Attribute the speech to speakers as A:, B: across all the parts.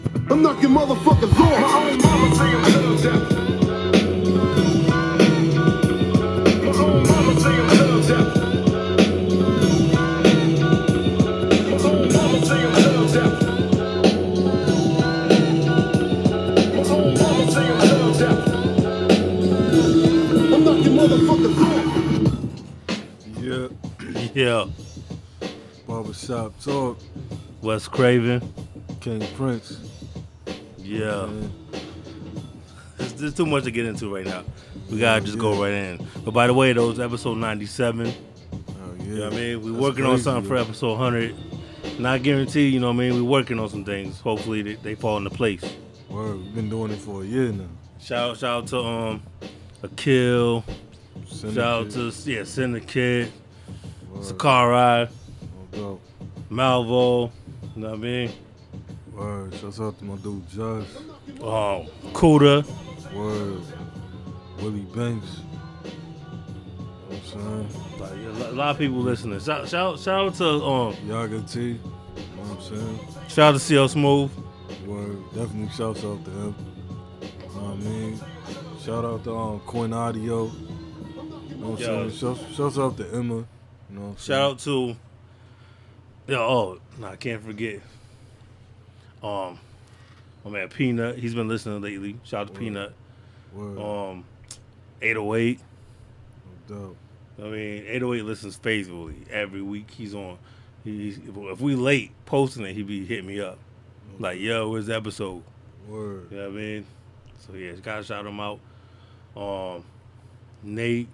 A: fucking motherfuckers on.
B: My own mama say I'm to the devil. My own mama say I'm to the devil. My own mama say I'm to the devil. My own mama say I'm to the devil.
A: I'm not your motherfuckers on.
C: Yeah,
D: Yeah.
C: barbershop talk,
D: Wes Craven.
C: King Prince.
D: Yeah.
C: man.
D: There's, there's too much to get into right now. We gotta just go right in. But by the way, those episode 97.
C: Oh yeah,
D: You know what I mean? We
C: That's
D: working on
C: crazy,
D: something for
C: yo.
D: episode 100. Not guaranteed, you know what I mean? We working on some things. Hopefully they, they fall into place.
C: Word, we've been doing it for a year now.
D: Shout shout out to um Akil.
C: Send
D: shout out
C: it
D: to yeah, Syndicate,
C: Word, no
D: Sakurai,
C: doubt.
D: Malvo, you know what I mean?
C: Word, shout out to my dude Josh.
D: Um Kuda.
C: Word, Willie Banks. You know what I'm saying?
D: Like, yeah, a lot of people listening. Shout shout shout out to um
C: Yaga T. You know what I'm saying?
D: shout out to CL Smooth.
C: Word, definitely shouts out to him. You know what I mean? Shout out to um, Coin Audio. You know what
D: Yo.
C: I'm saying? Shouts, shouts out to Emma. You know what I'm saying?
D: Shout out to yeah, oh, no, I can't forget. Um, my man Peanut, he's been listening lately. Shout out to Peanut.
C: Word,
D: Um, 808.
C: no doubt.
D: I mean, 808 listens faithfully every week. He's on. He's if we late posting it, he be hitting me up like, "Yo, where's the episode?"
C: Word.
D: You know what I mean? So yeah, gotta shout him out. Um, Nate,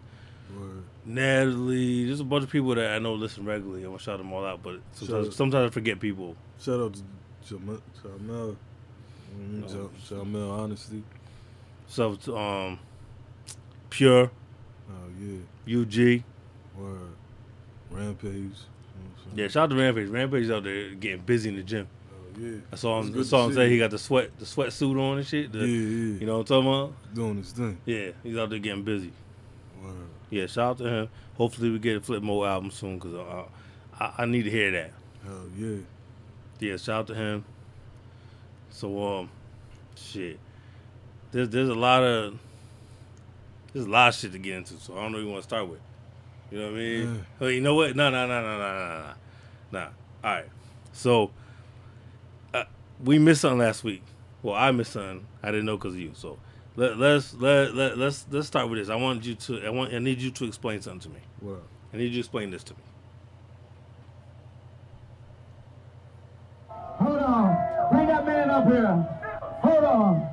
C: Word.
D: Natalie, there's a bunch of people that I know listen regularly. I'm gonna shout them all out, but
C: Shout-
D: sometimes, sometimes I forget people.
C: Shout out to Jamel. Jamel. Mm,
D: Oh.
C: Ja- Jamel, honestly.
D: So it's, um, Pure,
C: Oh, yeah.
D: UG.
C: Word. Rampage. You know what I'm
D: Yeah,
C: saying?
D: shout out to Rampage. Rampage out there getting busy in the gym.
C: Oh, yeah.
D: I saw him.
C: It's
D: I
C: good
D: saw
C: to
D: him
C: see
D: say he
C: you.
D: got the sweat, the sweatsuit on and shit. The,
C: Yeah, yeah.
D: You know what I'm talking about?
C: Doing his thing.
D: Yeah, he's out there getting busy.
C: Word.
D: Yeah, shout out to him. Hopefully we get a Flip Mo album soon because I, I, I need to hear that.
C: Hell yeah.
D: Yeah, shout out to him. So um, shit. There's there's a lot of there's a lot of shit to get into. So I don't know what you want to start with. You know what I mean?
C: Yeah.
D: Well, you know what? No, no, no, no, no, no, no, no. Nah. All right. So uh, we missed something last week. Well, I missed something. I didn't know because of you. So let, let's let, let let's let's start with this. I want you to. I want. I need you to explain something to me.
C: What up?
D: I need you to explain this to me.
E: Hold on. Bring that man up here. Hold on.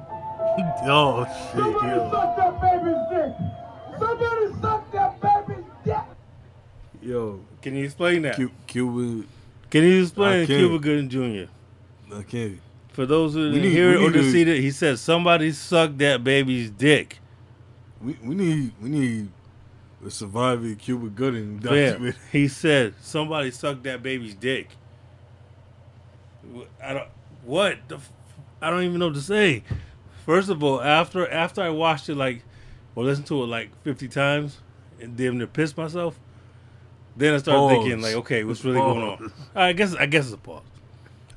D: Oh
E: Somebody suck that baby's dick. Somebody suck that baby's dick.
C: Yo,
D: Can you explain that?
C: Cu- Cuba.
D: Can you explain
C: I can't.
D: Cuba Gooding Jr.?
C: I can't.
D: For those who
C: We
D: didn't
C: need-
D: hear
C: we
D: it or
C: need
D: didn't
C: to-
D: see it, he said somebody sucked that baby's dick.
C: We, we need we need a survivor of Cuba Gooding
D: Fam,
C: document.
D: he said somebody sucked that baby's dick. Wh- I don't what the f- I don't even know what to say. First of all, after after I watched it like or listened to it like fifty times and damn near pissed myself, then I started
C: Pause.
D: thinking like, okay, what's really going on?
C: Pause.
D: I guess I guess it's a pause.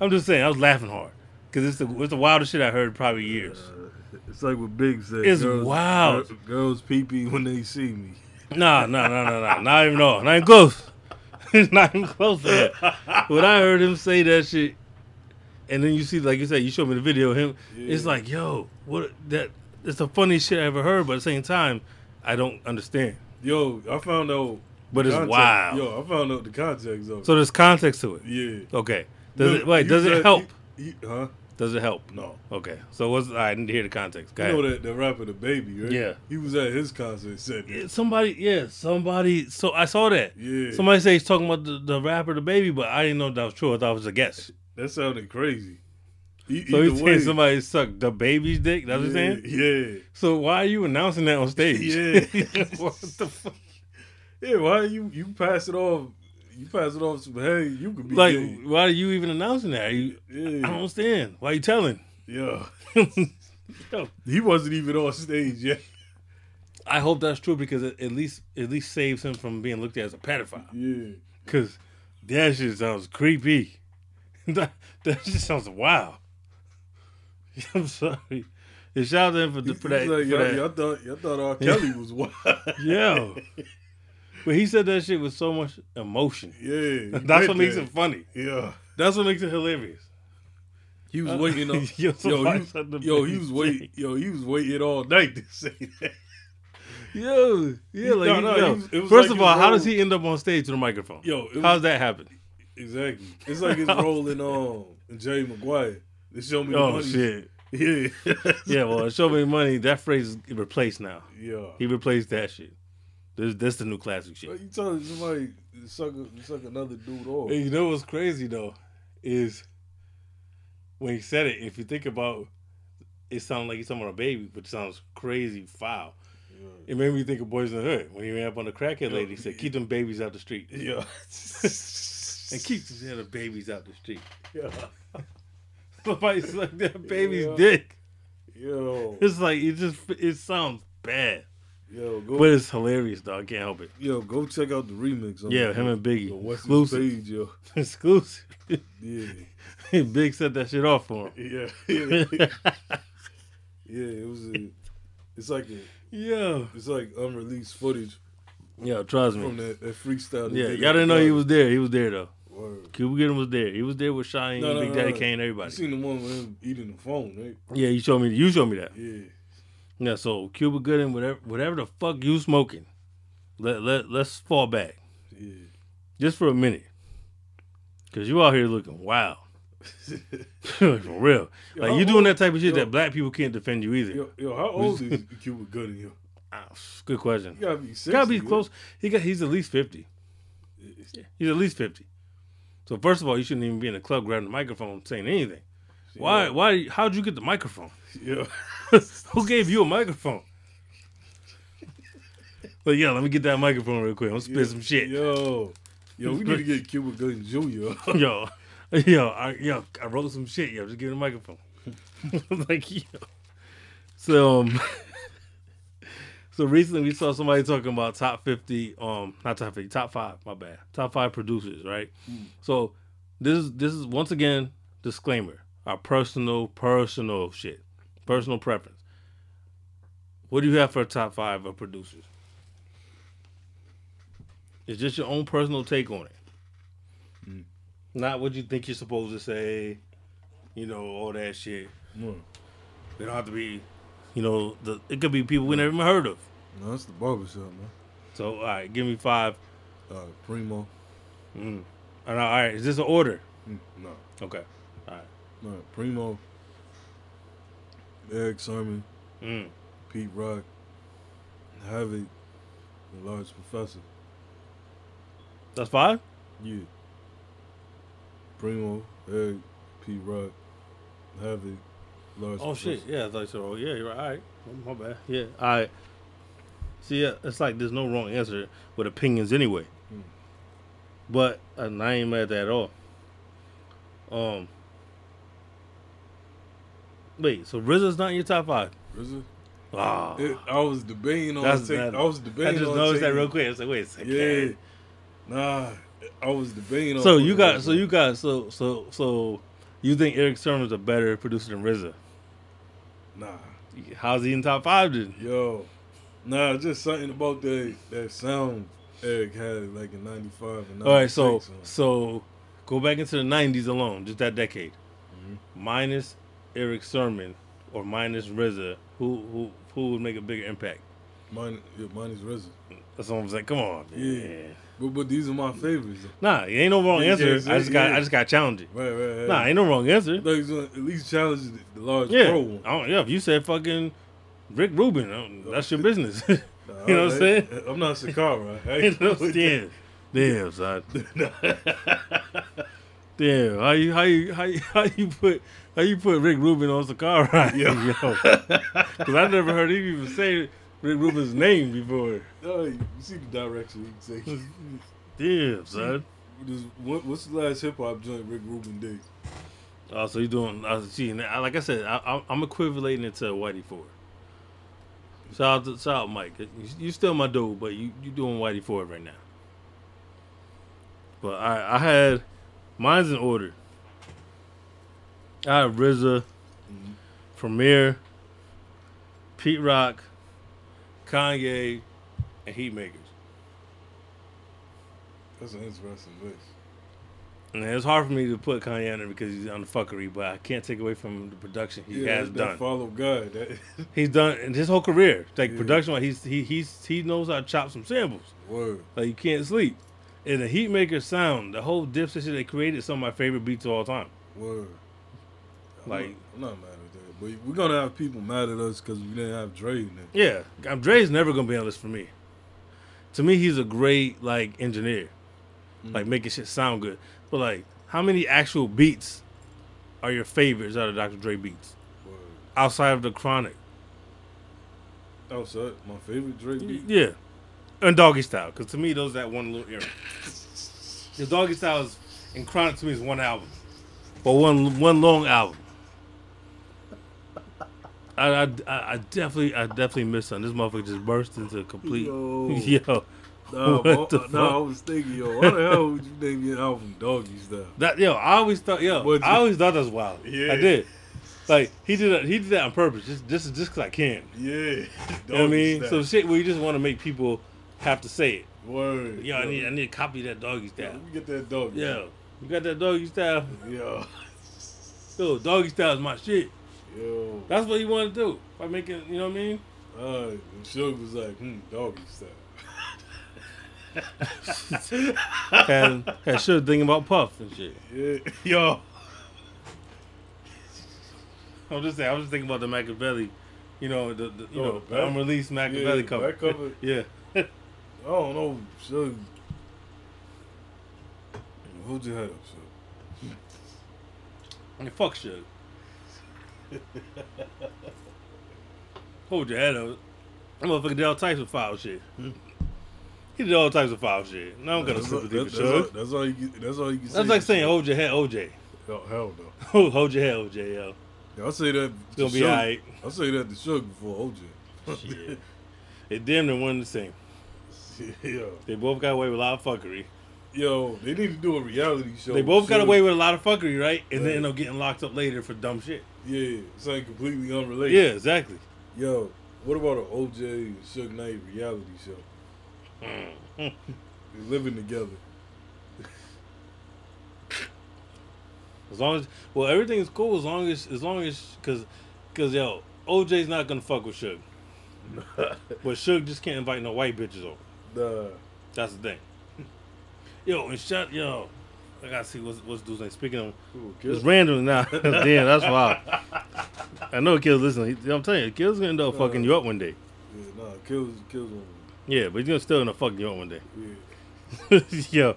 D: I'm just saying I was laughing hard because it's the it's the wildest shit I heard in probably years.
C: It's like what Big said.
D: It's
C: girls,
D: wild.
C: gir- Girls pee pee when they see me.
D: No, no, no, no, no. Not even all. Not even close. not even close to that. When I heard him say that shit, and then you see, like you said, you showed me the video of him. It's
C: Yeah.
D: like, yo, what? That it's the funniest shit I ever heard, but at the same time, I don't understand.
C: Yo, I found out.
D: But it's
C: context-
D: wild.
C: Yo, I found out the context of it.
D: So there's context to it.
C: yeah.
D: Okay. Does
C: No,
D: it wait?
C: you
D: Does
C: said-
D: it help?
C: you- you- huh?
D: Does it help?
C: No.
D: Okay. So what's? I need to hear the context. Go
C: You
D: ahead.
C: know that the rapper, the baby, right?
D: Yeah.
C: He was at his concert. Said
D: Yeah,
C: that.
D: Somebody, yeah, somebody. So I saw that.
C: Yeah.
D: Somebody said he's talking about the, the rapper, the baby, but I didn't know that was true. I thought it was a guess.
C: That sounded crazy. E-
D: So
C: either
D: he's
C: way-
D: saying somebody sucked the baby's dick. That's what
C: yeah,
D: you're saying.
C: Yeah.
D: So why are you announcing that on stage?
C: Yeah.
D: what the fuck?
C: Yeah. Why you you pass it off? You pass it off. Some, hey, you could be
D: Like,
C: gay.
D: why are you even announcing that? You, I don't
C: Yeah.
D: understand. Why are you telling?
C: Yeah.
D: Yo,
C: He wasn't even on stage yet.
D: I hope that's true because it at least at least saves him from being looked at as a pedophile.
C: Yeah.
D: Because that shit sounds creepy. that, that shit sounds wild. I'm sorry. And shout out to him for, for that.
C: He's like,
D: for
C: y'all,
D: that.
C: y'all thought y'all thought R. Kelly was wild.
D: Yeah. but he said that shit with so much emotion.
C: yeah,
D: That's what makes it funny.
C: Yeah,
D: That's what makes it hilarious.
C: he was waiting. On, yo,
D: Yo, somebody
C: he,
D: said the
C: yo, he
D: big
C: was waiting. Yo, he was waiting all night to say that.
D: Yeah, yeah. Like,
C: No, no,
D: yo.
C: it was- it was
D: First
C: like
D: of all,
C: his
D: how does
C: role-
D: he end up on stage with a microphone?
C: Yo, it
D: how
C: was,
D: does that happen?
C: exactly. It's like it's rolling on Jerry Maguire. They show me
D: Oh
C: the money.
D: shit.
C: Yeah,
D: Yeah, well, show me money. That phrase is replaced now.
C: yeah.
D: He replaced that shit. This, this the new classic shit.
C: But you telling somebody to suck a, suck another dude off?
D: And you know what's crazy though is when he said it. If you think about, it sounded like he's talking about a baby, but it sounds crazy foul. It made me think of Boys in the Hood when he ran up on the crackhead lady. He said, "Keep them babies out the street."
C: Yeah.
D: and keep the other babies out the street.
C: yeah.
D: Somebody sucked that baby's
C: Yeah.
D: dick.
C: Yo.
D: It's like it just it sounds bad,
C: Yo. Go.
D: but it's hilarious, dog. I can't help it.
C: yo. Go check out the remix. On
D: Yeah, him and
C: the
D: Biggie,
C: West
D: exclusive,
C: Page. Yo.
D: exclusive.
C: Yeah.
D: Big set that shit off for him.
C: Yeah. yeah. It was. A, it's like a,
D: Yeah,
C: It's like unreleased footage
D: yeah. Trust
C: from
D: me.
C: that, that freestyle. they
D: Yeah,
C: did
D: y'all
C: at the
D: didn't know he
C: club.
D: was there. He was there though.
C: Word.
D: Cuba Gooding was there. He was there with Shine,
C: No, no,
D: Big
C: no,
D: Daddy
C: no.
D: Kane,
C: You
D: everybody.
C: seen the one with him eating the phone, right?
D: Yeah, you showed me. You showed me that.
C: Yeah.
D: Yeah. So Cuba Gooding, whatever, whatever the fuck you smoking, let let let's fall back.
C: Yeah.
D: just for a minute, because you out here looking wild. for real, like
C: how
D: you doing
C: old-
D: that type of shit
C: yo.
D: that black people can't defend you either.
C: Yo, yo, how old is Cuba Gooding? Yo,
D: Ah, Good question.
C: you gotta be 60,
D: Gotta be
C: yo.
D: close. He got. He's at least fifty. He's at least fifty. So first of all, you shouldn't even be in the club grabbing the microphone saying anything. Why? Why? How'd you get the microphone?
C: Yeah.
D: Who gave you a microphone? But yeah, let me get that microphone real quick. I'm gonna spit some shit.
C: Yo, yo, we need to get Cuba Gooding Jr.
D: yo, yo, I, yo, I wrote some shit. Yo, just give me the microphone. like, yo. So, um, so recently we saw somebody talking about top fifty, um, not top fifty, top five. My bad, top five producers, right? So, this is this is once again disclaimer. Our personal, personal shit, personal preference. What do you have for a top five of producers? It's just your own personal take on it not what you think you're supposed to say, you know, all that shit.
C: Mm.
D: They don't have to be, you know, the it could be people we never even heard of.
C: no, that's the barbershop, man.
D: So, all right, give me five.
C: Uh, Primo.
D: And, all right, is this an order?
C: Mm, No,
D: Okay.
C: no, Primo. Eric Sermon,
D: Mm.
C: Pete Rock, Havoc, the Large Professor.
D: That's five?
C: Yeah. Primo, Eric, Pete Rock, Havoc, Large
D: Oh,
C: Professor.
D: shit. Yeah, I thought so. Oh, yeah, you're right. All right. My bad. Yeah, all right. See, yeah, it's like there's no wrong answer with opinions anyway. But and I ain't mad at that at all. Um, wait, so RZA's not in your top five?
C: RZA?
D: Ah,
C: It, I was debating on
D: That's
C: take,
D: bad.
C: I was
D: I
C: debating
D: just
C: on
D: noticed that
C: taking-
D: real quick. I was like, wait a second.
C: Yeah. Nah, I was debating on
D: So you
C: putting
D: got,
C: RZA
D: so
C: on.
D: you got, so so so, you think Eric Sermon's a better producer than RZA?
C: Nah,
D: How's he in top five then?
C: yo, nah, just something about that that sound Eric had like in '95 and
D: All right, so
C: 96 on.
D: so go back into the '90s alone, just that decade,
C: Mm-hmm.
D: minus Eric Sermon or minus RZA, who who who would make a bigger impact?
C: mine, yeah, mine is RZA.
D: That's what I'm saying. Come on, man.
C: Yeah. But but these are my favorites. though.
D: Nah, it ain't no wrong
C: Yeah,
D: answer. I just got
C: yeah.
D: I just got challenging.
C: Right, right, right.
D: Nah, ain't no wrong answer.
C: Like, so at least challenge the, the large
D: Yeah,
C: pro one.
D: I don't, yeah. If you said fucking Rick Rubin, I don't- that's your business. you
C: Nah,
D: know what
C: I-
D: I'm saying?
C: I'm not Sakara. I
D: You
C: ain't
D: know what I'm saying? Damn, son. Damn, how you how you how you, how you put how you put Rick Rubin on Sakara? ride?
C: Yo.
D: because I never heard him even say Rick Rubin's name before.
C: Nah, you see the direction he can take.
D: Damn, son.
C: This- what, what's the last hip hop joint Rick Rubin did?
D: Oh, so you doing? I was seeing that. Like I said, I, I'm, I'm equivalating it to Whitey Ford. Shout out, to, shout out, Mike. You, you still my dude, but you you doing Whitey Ford right now. But I I had mine's in order. I had RZA, Premier, Pete Rock, Kanye, and Heatmakers.
C: That's an interesting list.
D: And it's hard for me to put Kanye in there because he's on the fuckery, but I can't take away from the production he has
C: that, that
D: done.
C: follow God. That,
D: he's done in his whole career, like
C: Yeah.
D: production wise, he's he he's he knows how to chop some samples.
C: word.
D: Like you can't sleep. And the Heatmaker sound, the whole Dipset shit they created, some of my favorite beats of all time.
C: Word. I'm
D: Like-
C: not- I'm not mad at that, but we're gonna have people mad at us because we didn't have Dre in there.
D: Yeah, um, Dre's never gonna be on this for me. To me, he's a great like engineer, like making shit sound good. But like, how many actual beats are your favorites out of Dr. Dre beats
C: Word.
D: outside of the Chronic?
C: Oh, so my favorite Dre beat.
D: Yeah, and Doggy Style, because to me those that one little era. The Doggy Style is, and Chronic to me is one album, but one one long album. I, I, I- I definitely I definitely missed something. This motherfucker just burst into complete
C: Yo.
D: yo.
C: Nah,
D: What
C: I,
D: the
C: nah, I
D: fuck?
C: was thinking, yo, why the hell would you name your album Doggy Style?
D: That yo, I always thought yo,
C: What'd
D: I
C: you-
D: always thought that was wild.
C: Yeah.
D: I did. Like he did that, he did that on purpose. Just just just cause I can.
C: Yeah,
D: You know what I mean, some shit where you just want to make people have to say it.
C: word.
D: Yo, I need I need to copy that doggy style.
C: Let me get that doggy.
D: Yo, you got that doggy style?
C: yo,
D: Yo, doggy style is my shit.
C: yo.
D: That's what he wanted to do by making. You know what I mean?
C: Uh, and Suge was like, hmm, doggy style.
D: And had should thinking about Puff and shit.
C: Yeah, yo,
D: I'm just saying. I was just thinking about the Machiavelli. You know the, the you
C: Oh,
D: know
C: the
D: the
C: back-
D: unreleased Machiavelli
C: yeah,
D: cover.
C: back cover.
D: yeah.
C: I don't know, Suge. Hold your head up, Suge.
D: And fuck Suge. Hold your head up. That motherfucker did all types of foul shit. He did all types of foul shit. And I don't got no
C: That's all-
D: sympathy for
C: that- that's all-
D: Suge.
C: That's all you. Get, that's all you can say.
D: That's like
C: to
D: saying, oh.
C: Suge.
D: hold your head, OJ.
C: Yo, hell no.
D: hold your head, OJ, yo.
C: Yo, I say that. to
D: gonna be
C: Suge.
D: alright.
C: I say that to Suge before
D: Shit. It damn near one the same.
C: OJ. yeah.
D: They both got away with a lot of fuckery.
C: Yo, they need to do a reality show.
D: They both got
C: Suge.
D: away with a lot of fuckery, right? And
C: Right.
D: then end up getting locked up later for dumb shit.
C: Yeah, something completely unrelated.
D: Yeah, exactly.
C: Yo, what about an OJ and Suge Knight reality show? They're living together.
D: As long as well, everything's cool. As long as as long as because because yo, OJ's not gonna fuck with Suge, but Suge just can't invite no white bitches over.
C: Nah.
D: That's the thing. Yo, and shut yo. I gotta see what's what's dude's name. Speaking of,
C: Cool,
D: it's
C: kid.
D: random now. Damn, that's wild. I know Kill's listening. He- I'm telling you, Kill's gonna end up fucking
C: Uh.
D: you up one day.
C: yeah, nah, kills, kills one.
D: Yeah, but he's gonna still end up fucking you up one day.
C: Yeah.
D: yo,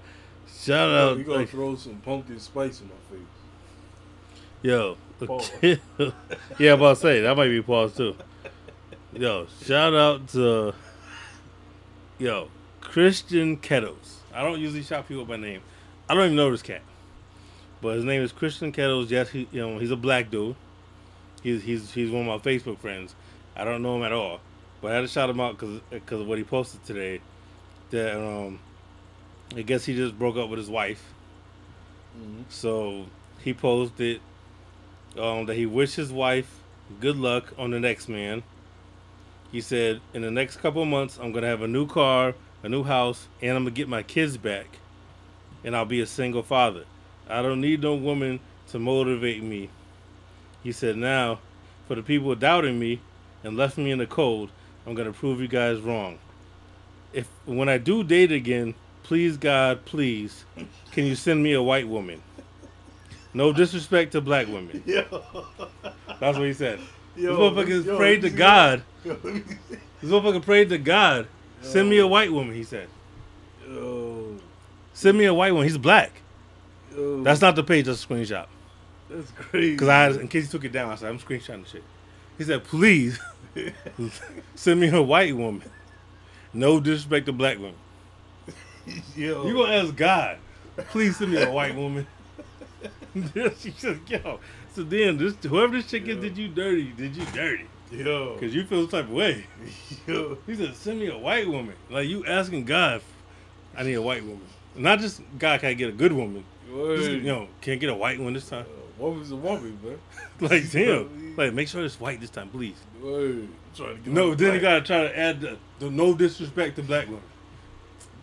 D: shout
C: Uh,
D: out.
C: you gonna
D: like-
C: throw some pumpkin spice in my face.
D: Yo,
C: Pause.
D: yeah, I'm about to say that might be pause too. Yo, shout out to yo Christian Kettles. I don't usually shout people by name. I don't even know this cat, but his name is Christian Kettles. Yes, he, you know he's a black dude. He's he's he's one of my Facebook friends. I don't know him at all, but I had to shout him out because of what he posted today. That um, I guess he just broke up with his wife. So he posted um, that he wished his wife good luck on the next man. He said, "In the next couple of months, I'm gonna have a new car, a new house, and I'm gonna get my kids back, and I'll be a single father. I don't need no woman to motivate me." He said, "Now, for the people doubting me and left me in the cold, I'm gonna prove you guys wrong. If when I do date again, please God, please, can you send me a white woman?" No disrespect to black women. That's what he said.
C: Yo,
D: this motherfucker
C: yo,
D: prayed
C: you
D: to
C: see
D: God. This motherfucker prayed to God. Send me a white woman, he said.
C: Yo,
D: Send me a white woman. He's black.
C: yo,
D: That's not the page, that's a screenshot.
C: that's crazy.
D: Because I, in case you took it down, I said, I'm screenshotting shit. He said, please send me a white woman. No disrespect to black women.
C: yo,
D: You gonna ask God, please send me a white woman. she said, yo. So then, this whoever this chick is
C: Yeah.
D: did you dirty, did you dirty.
C: yo,
D: Because you feel some type of way.
C: yo,
D: He said, "Send me a white woman." Like you asking God, I need a white woman. Not just God can I get a good woman. Just,
C: word.
D: you know, can't get a white one this time.
C: Yo, Woman's a woman, man.
D: Like damn. Like make sure it's white this time, please.
C: Word. Trying to get
D: No,
C: on
D: then you
C: black.
D: gotta try to add the, the no disrespect to black women.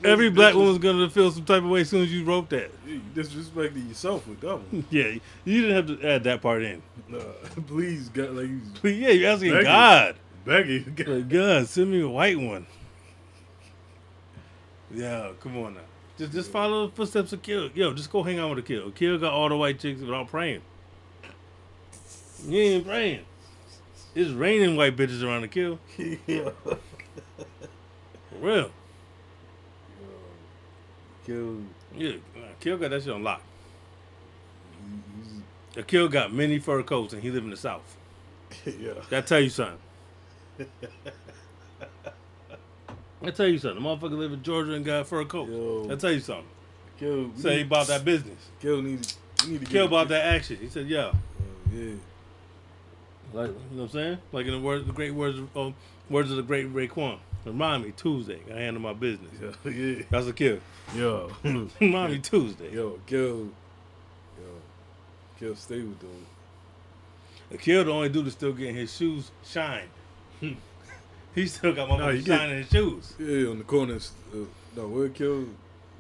D: Every black woman's gonna feel some type of way as soon as you wrote that.
C: You disrespecting yourself with that one.
D: Yeah, you didn't have to add that part in.
C: Nah, please, God, like you
D: But yeah, you're asking
C: Thank you.
D: God.
C: begging. God.
D: Like, God, send me a white one. Yeah, come on now. Just just follow the footsteps of Kill. Yo, just go hang out with a Kill. Kill got all the white chicks without praying. You ain't praying. It's raining white bitches around the Kill. For real.
C: Kill.
D: Yeah, Kill got that shit on lock. Akil got many fur coats and he live in the south.
C: Yeah.
D: That tell you something. I tell you something. The motherfucker live in Georgia and got fur coats.
C: Yo.
D: I tell you something.
C: Kill. we
D: Say he
C: need-
D: about that business.
C: Kill need. We need to
D: Kill
C: get-
D: about that action. He said, "Yeah,
C: Yeah.
D: like you know what I'm saying? Like in the words, the great words, of, um, words of the great Ray Kwan. Remind me Tuesday. I handle my business.
C: Yeah. Hmm. Yeah.
D: That's a kill.
C: Yo.
D: Remind me Tuesday.
C: Yo, Kill. Yo. Kill stay with them.
D: The kill the only dude is still getting his shoes shine. he still got my
C: No, he
D: motherfucker
C: get-
D: shine in his shoes.
C: Yeah, on the corners. Uh, no, where Kill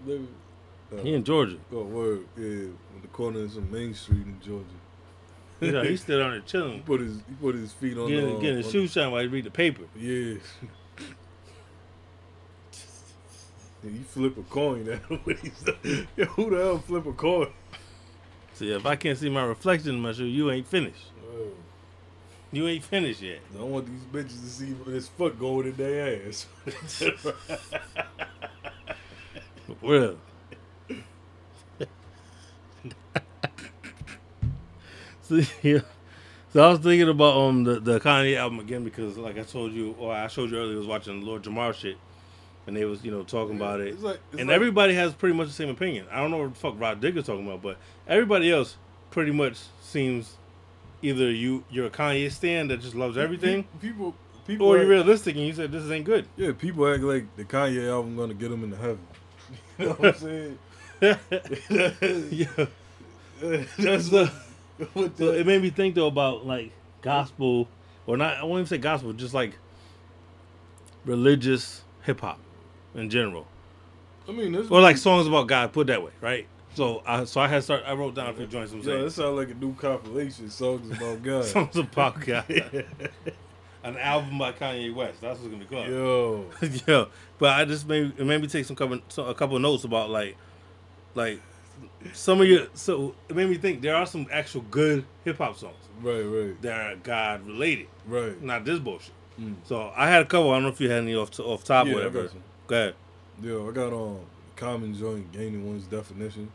C: live? Uh,
D: He in Georgia.
C: Oh, word. Yeah, on the corners of Main Street in Georgia.
D: Yeah, he still down there chilling,
C: He put his he put his feet on
D: getting,
C: the
D: getting his
C: on-
D: shoes shine while he read the paper.
C: Yeah. Yeah, you flip a coin. That what he said. Yo, who the hell flip a coin?
D: See, if I can't see my reflection in my shoe, you ain't finished.
C: Word.
D: You ain't finished yet.
C: Oh, I don't want these bitches to see this fuck going in their ass.
D: For real. so yeah. So I was thinking about um the, the Kanye album again because like I told you or I showed you earlier I was watching the Lord Jamar shit and they was, you know, talking about it.
C: It's like- it's
D: and
C: like-
D: everybody has pretty much the same opinion. I don't know what the fuck Rod Digger's talking about, but everybody else pretty much seems either you you're a Kanye stan that just loves everything
C: People, people.
D: or you're
C: act-
D: realistic and you said this ain't good.
C: Yeah, people act like the Kanye album gonna get them into heaven. You know what I'm saying?
D: yeah.
C: That's
D: So-
C: what
D: So
C: the,
D: it made me think though about like gospel, or not. I won't even say gospel, just like religious hip hop in general,
C: I mean, this
D: or like songs about God. Put it that way, right? So I so I had start. I wrote down a few joints. I'm
C: Yeah,
D: saying
C: that sounds like a new compilation. Songs about God.
D: songs about God, an album by Kanye West. That's what's gonna be called.
C: Yo,
D: Yeah, but I just made it made me take some couple so- a couple notes about like like some of your so it made me think there are some actual good hip hop songs
C: right, right,
D: that are God related.
C: right.
D: not this bullshit. So I had a couple. I don't know if you had any off off top
C: Mm. Yeah, I
D: or whatever.
C: got some.
D: Go ahead.
C: Yo, I got um common joint gaining one's definition.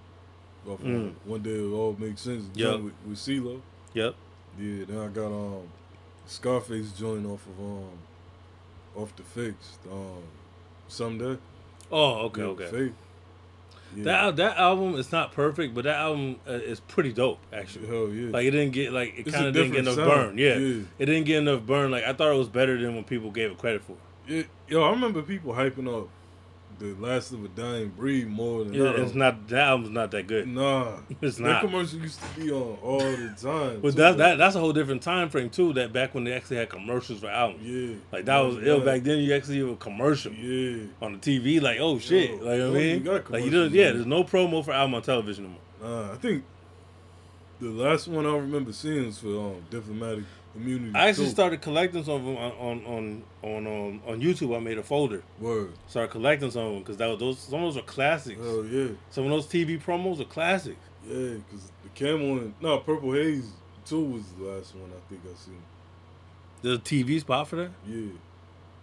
C: Off of One day it all makes sense.
D: Mm. Yeah.
C: joint With, with CeeLo.
D: Yep.
C: Yeah, then I got um Scarface joint off of um off the fixed um someday.
D: Oh, okay,
C: Yeah,
D: okay.
C: Faith. Yeah.
D: That al- that album is not perfect, but that album uh, is pretty dope actually.
C: hell yeah.
D: Like it didn't get like it
C: It's a
D: kind of didn't get enough
C: different
D: burn.
C: sound.
D: Yeah.
C: Yeah.
D: it didn't get enough burn. Like I thought it was better than when people gave it credit for.
C: Yeah, yo, I remember people hyping up the last of a dying breed more than
D: Yeah,
C: that.
D: it's not that album's not that good.
C: Nah,
D: It's
C: That
D: not.
C: commercial used to be on all the time.
D: But
C: too,
D: that,
C: though.
D: that that's a whole different time frame too. That back when they actually had commercials for albums.
C: Yeah,
D: Like that was ill
C: Yeah.
D: back then. You actually have a commercial.
C: Yeah,
D: on the TV, like, oh shit, like
C: no,
D: I mean,
C: you got
D: like you
C: commercials,
D: don't, yeah.
C: man.
D: There's no promo for album on television anymore.
C: nah, Uh, I think the last one I remember seeing was for um, diplomatic immunity.
D: I actually
C: too.
D: started collecting some of them on on on on um, on YouTube. I made a folder,
C: Word.
D: started collecting some of them because that was those some of those are classics.
C: Hell yeah,
D: Some of those TV promos are classics.
C: yeah, because the camel and no purple haze too was the last one I think I seen.
D: There's a TV spot for that.
C: Yeah,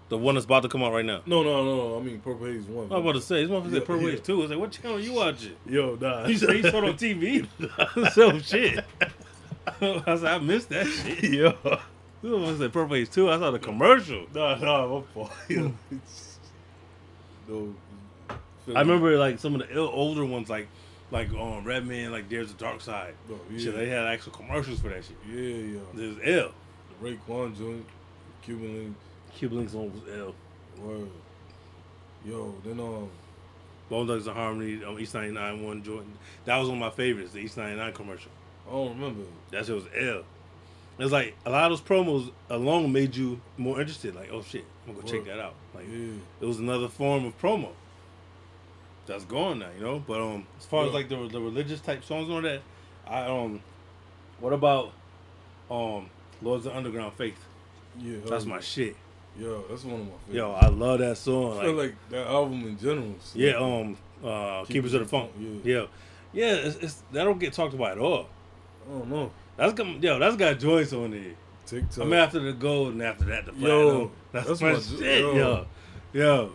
D: The one that's about to come out right now.
C: no, no, no, no. I mean purple haze one.
D: I was about to say, this motherfucker
C: Yeah,
D: said Purple
C: yeah.
D: Wave 2. I was like, what channel you watching?
C: Yo, nah.
D: He said he saw it on TV. so shit. I was like, I missed that shit.
C: Yo,
D: This motherfucker said Purple Wave 2. I saw the commercial.
C: nah, nah, my fault. Yo, it's- no.
D: Hmm. I remember like some of the ill, older ones, like like um, Redman, like There's a Dark Side.
C: Oh, yeah.
D: Shit, they had actual commercials for that shit.
C: Yeah, yeah.
D: It was ill.
C: The Raekwon joint, Cuban Link,
D: Cuba Link's one was ill.
C: word. Yo, then um,
D: Bone Thugs and Harmony, um, East 99 one joint. That was one of my favorites, the East 99 commercial.
C: I don't remember.
D: That shit was L. It's like a lot of those promos alone made you more interested. Like, oh shit, I'm gonna go check
C: Word.
D: that out. Like,
C: Yeah.
D: it was another form of promo that's gone now, you know. But um, as far as
C: Yeah.
D: like the the religious type songs and all that, I um, what about um, Lords of Underground Faith?
C: Yeah,
D: That's
C: um,
D: my shit.
C: Yo, that's one of my favorites.
D: Yo, I love that song.
C: I feel
D: Like,
C: like that album in general. so-
D: yeah, um, uh, Keepers of the Funk. Yeah, yeah, it's, it's that don't get talked about at all.
C: I don't know.
D: That's got yo, that's got joints on it.
C: TikTok.
D: I'm after the gold and after that the platinum.
C: Yo,
D: that's,
C: that's
D: my,
C: my ju-
D: shit,
C: yo.
D: yo, yo.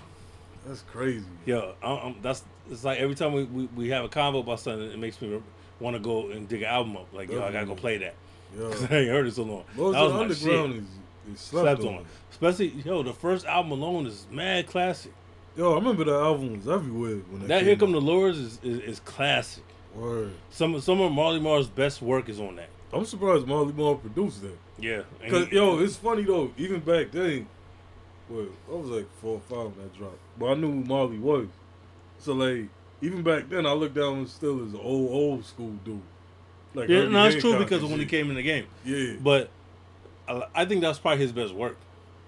C: that's crazy.
D: Yo, I'm, I'm, that's it's like every time we, we, we have a convo about something, it makes me want to go and dig an album up. Like, yo, I gotta go play that
C: Yo,
D: because I ain't heard it so long.
C: Most
D: that
C: of
D: was
C: the
D: my
C: underground
D: shit.
C: is, is slept,
D: Slept on,
C: on.
D: especially yo. The first album alone is mad classic.
C: Yo, I remember that album was everywhere when that,
D: That
C: came
D: Here Come the
C: out.
D: Lords is, is, is classic.
C: Word.
D: Some some of Marley Marl's best work is on that.
C: I'm surprised Marley Marl produced that.
D: Yeah, and
C: Cause
D: he-
C: yo, it's funny though. Even back then, well, I was like four or five when that dropped, but I knew who Marley was. So like, even back then, I looked down and still as an old old school dude. Like,
D: yeah,
C: Herbie
D: no, it's true
C: Hancock
D: because
C: and
D: when he
C: shit.
D: came in the game,
C: yeah,
D: but I, I think that's probably his best work.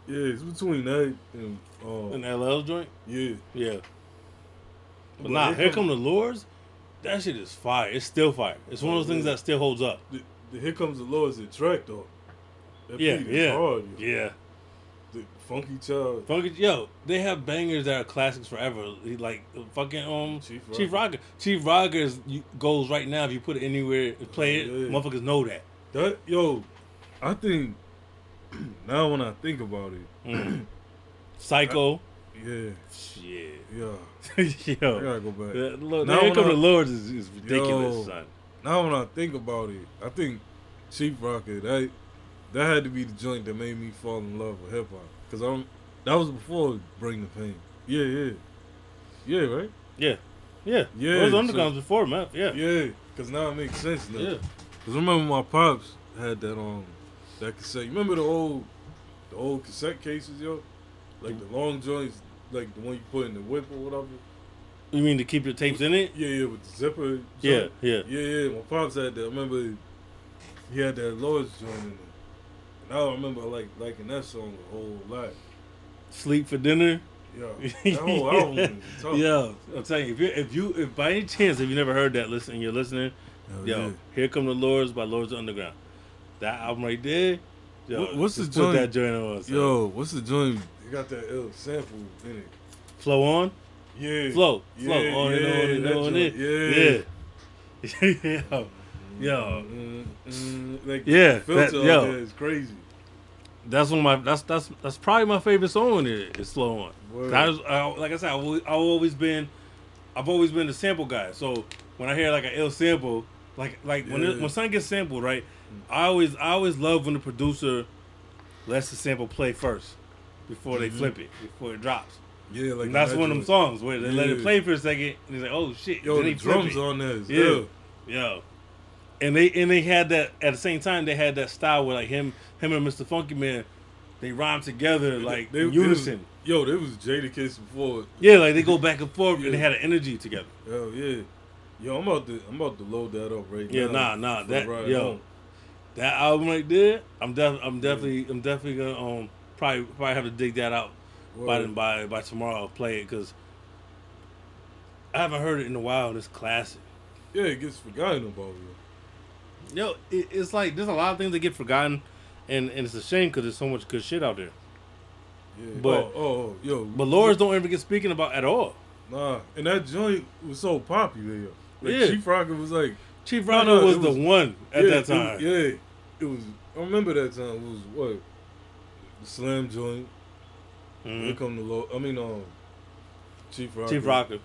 C: yeah, it's between that and uh,
D: An LL joint,
C: yeah,
D: yeah. But
C: But
D: nah,
C: here
D: here
C: come-
D: come the lords. That shit is fire. It's still fire. It's one of those
C: Oh,
D: things
C: yeah.
D: that still holds up.
C: the, the Here Comes the Lord's the track though. That
D: Yeah,
C: beat is
D: yeah,
C: hard, yo.
D: yeah.
C: The Funky Child.
D: Funky, yo, they have bangers that are classics forever. He like fucking um
C: Chief
D: Chief
C: Rocker.
D: Rocker. Chief Rocker, Chief Rocker is, you, goes right now. If you put it anywhere, play it,
C: Oh, yeah.
D: motherfuckers know that.
C: That yo, I think now when I think about it,
D: Psycho,
C: yeah,
D: shit,
C: yeah, I
D: yo.
C: gotta go back.
D: The, look,
C: Now
D: now here
C: when
D: come
C: I-
D: the lords is, is ridiculous,
C: Yo.
D: son.
C: Now when I think about it, I think Chief Rocket that that had to be the joint that made me fall in love with hip hop because I'm that was before Bring the Pain. Yeah, yeah, yeah, right.
D: Yeah, yeah,
C: Yeah,
D: yeah. Those
C: so-
D: undergrounds before, man. Yeah, yeah.
C: Yeah, because now it makes sense now. Cause I remember my pops had that um that cassette. You remember the old the old cassette cases, yo, like the long joints, like the one you put in the whip or whatever.
D: You mean to keep your tapes in it?
C: Yeah, yeah, with the zipper. joint.
D: Yeah, yeah.
C: yeah, yeah. My pops had that. I remember he had that Lord's joint in it. And I remember like liking that song a whole lot.
D: Sleep for dinner.
C: Yeah, that whole album is tough.
D: Yeah, I'm telling you, if you if you if by any chance if you never heard that, listen, you're listening.
C: Hell
D: Yo,
C: Oh, yeah.
D: here come the Lords by Lords Underground. That album right there. Yo,
C: What- what's
D: just
C: the
D: put
C: joint?
D: that joint on? son.
C: Yo, what's the joint? It got that ill sample in it.
D: flow on,
C: Yeah,
D: flow,
C: yeah,
D: flow on
C: yeah,
D: and on
C: that
D: and on
C: joint,
D: and yeah, yeah, yo, yo.
C: Mm, mm, like
D: Yeah,
C: the filter
D: that-
C: out
D: yo.
C: there is crazy.
D: That's one of my that's that's that's probably my favorite song on it. Is slow on.
C: Word.
D: I was, I, like I said, I've always, I've always been, I've always been the sample guy. So when I hear like an ill sample, like like when it,
C: Yeah.
D: when something gets sampled, right? I always I always love when the producer lets the sample play first before
C: Mm-hmm.
D: they flip it before it drops.
C: Yeah, like
D: And that's
C: that
D: one of them
C: joint.
D: songs where they let it
C: Yeah.
D: play for a second and it's like, oh shit,
C: Yo,
D: then
C: the
D: they flip
C: drums
D: it.
C: on there is
D: Yeah.
C: ill.
D: Yo. And they and they had that at the same time they had that style where like him him and Mr. Funky Man, they rhyme together like in unison.
C: They was, yo, there was Jadakiss before.
D: yeah, like they go back and forth
C: Yeah.
D: and they had an energy together.
C: Hell yeah. Yo, I'm about to I'm about to load that up right
D: Yeah,
C: now.
D: nah, nah,
C: for
D: that
C: ride
D: yo,
C: home.
D: that album right there. I'm def- I'm definitely, I'm definitely gonna um probably probably have to dig that out by
C: Word.
D: by by tomorrow. I'll play it because I haven't heard it in a while. and It's classic.
C: Yeah, it gets forgotten about. Yo.
D: Yo, it, it's like there's a lot of things that get forgotten, and and it's a shame because there's so much good shit out there.
C: Yeah.
D: But-
C: oh, oh, oh, yo,
D: But Lords don't ever get speaking about at all.
C: nah, and that joint was so popular. Yo. Like
D: Yeah.
C: Chief Rocket was like
D: Chief
C: No,
D: Rocker
C: no,
D: was,
C: it
D: the
C: was-
D: one at
C: yeah,
D: that
C: it was-
D: time.
C: yeah, it was. I remember that time. It was what the Slam joint.
D: Mhm.
C: Here come the Lord. I mean, um, Chief Rocker.
D: Chief Rocker.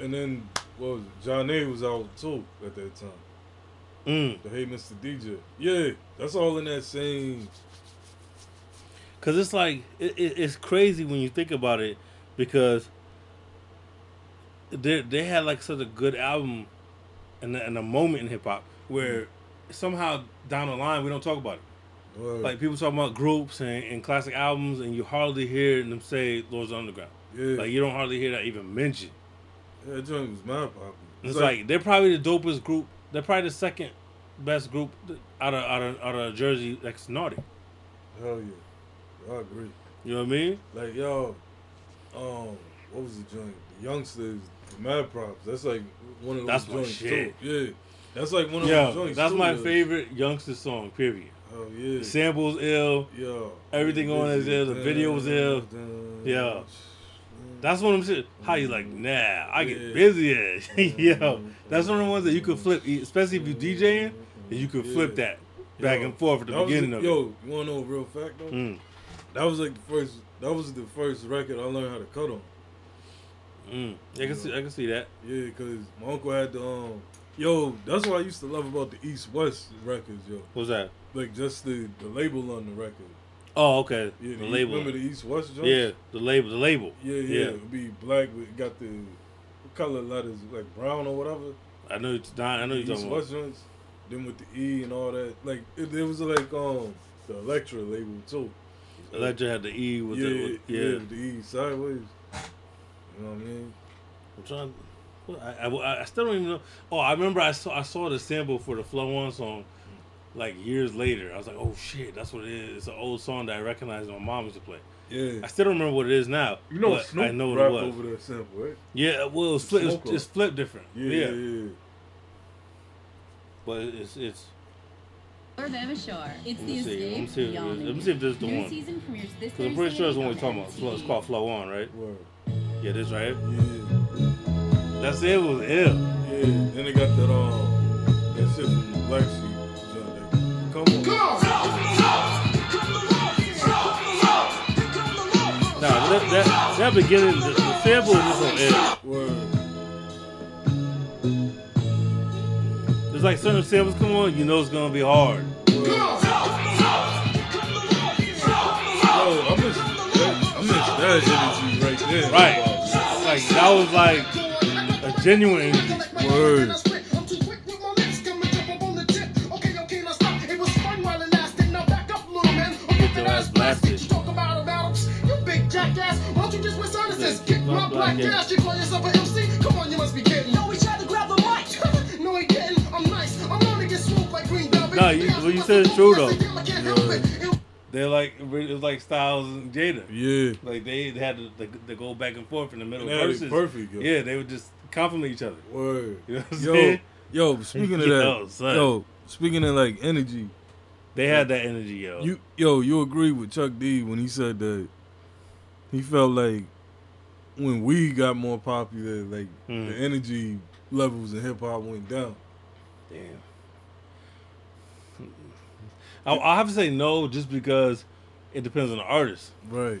C: And then what was it? John A was out too at that time.
D: Mm.
C: The Hey Mr. DJ. Yeah, that's all in that same.
D: Cause it's like it, it, it's crazy when you think about it, because they they had like such a good album, and a- and a moment in hip hop where
C: Mm-hmm.
D: somehow down the line we don't talk about it.
C: Word.
D: Like people talk about groups and, and classic albums, and you hardly hear them say Lords of the Underground.
C: yeah,
D: Like you don't hardly hear that even mentioned.
C: that joint was my popular.
D: It's like, they're probably the dopest group. They're probably the second best group out of out of out of Jersey that's naughty.
C: Hell yeah. I agree.
D: You know what I mean?
C: Like yo, um, what was the joint? The youngsters, the mad props. That's like one of those
D: That's my
C: joints
D: shit.
C: too. Yeah. That's like one of those
D: Yeah,
C: joints.
D: that's
C: too,
D: my
C: though.
D: favorite youngster song. Period.
C: Oh yeah.
D: The samples ill.
C: Yo.
D: Everything on is ill, the video was ill. Yeah. That's one of them shit. How you like? Nah, I get
C: Mm-hmm. Yeah. Mm-hmm.
D: busy as yo. That's one of the ones that you could flip, e, especially if you DJing. And you could flip
C: Yeah.
D: that back
C: Yo,
D: and forth at
C: that
D: the
C: was
D: beginning
C: the-
D: of
C: Yo, you wanna know a real fact though?
D: it. Mm,
C: That was like the first that was the first record I learned how to cut on.
D: mm. I can see, I can see that.
C: Yeah, cause my uncle had the um yo, that's what I used to love about the East West records, yo.
D: What was that?
C: Like just the, the label on the record.
D: Oh, okay.
C: Yeah,
D: the
C: you
D: label.
C: Remember the East West joints?
D: yeah, the label. The label.
C: Yeah, yeah. It'd be black with got the what color letters, like brown or whatever.
D: I know. It's not, I know you're
C: East
D: talking about.
C: West joints. Then with the E and all that. Like it, it was like um the Electra label too.
D: Electra had the E with
C: yeah,
D: the with, yeah.
C: yeah, with the E sideways. You know what I mean?
D: I'm trying. What, I, I, I still don't even know. Oh, I remember I saw I saw the sample for the Flow One song, like years later. I was like, oh shit, that's what it is. It's an old song that I recognized my mom used to play. I
C: Yeah.
D: still don't remember what it is now.
C: You know
D: but
C: Snoop
D: I know what it
C: rap
D: was.
C: over that sample, right?
D: Yeah, well, it's flip,
C: Smoke
D: it's, it's
C: up.
D: flipped different.
C: Yeah, yeah, yeah.
D: but it's it's.
F: Or Vavashar. It's
D: Let
F: the
D: me see. Let me
F: escape.
D: see. if- Let me see if this is the
F: New
D: one.
F: season premieres this
D: Cause I'm pretty
F: Thursday
D: sure it's the one
F: on
D: we're talking about. Flow- It's
F: MTV.
D: called Flow One, right?
C: Word.
D: Yeah, this right.
C: Yeah,
D: That's it. it Was ill.
C: yeah. Then they got that um that shit from the Black Sheep. joint, like, Come on.
D: Nah, that that, that beginning the, the sample is just on ill.
C: Word.
D: It's like certain samples come on, you know it's gonna be hard.
C: Yo, I miss that, I miss that energy right there.
D: Right. Like that was like a genuine
C: Word.
D: Get your ass blasted.
G: Talk about a battle, you big jackass. Why don't you just wear sunglasses?
D: Yeah,
G: Kick my
D: black, black,
G: black
D: yeah.
G: ass. You call yourself an MC? Come on, you must be kidding. No, he tried to grab the mic. no, he didn't. I'm nice. I'm gonna get smoked like green velvet.
D: Nah, you-
G: Yeah,
D: what you
G: I'm
D: said is
G: a-
D: true, though.
G: Damn, I can't help it. It
D: They're like it was like Styles and Jada.
C: Yeah.
D: Like they had to, to, to go back and forth in the middle
C: They
D: of
C: had it
D: verses.
C: perfect, yo.
D: Yeah, they would just compliment each other.
C: Word.
D: You know what I'm
C: yo,
D: saying?
C: yo, speaking of that,
D: Yo,
C: yo,
D: son.
C: speaking of like energy,
D: They had that energy, yo.
C: you, yo, you agree with Chuck D when he said that he felt like when we got more popular, like
D: Mm.
C: the energy levels in hip hop went down.
D: Damn. I, I have to say no, just because it depends on the artist.
C: Right.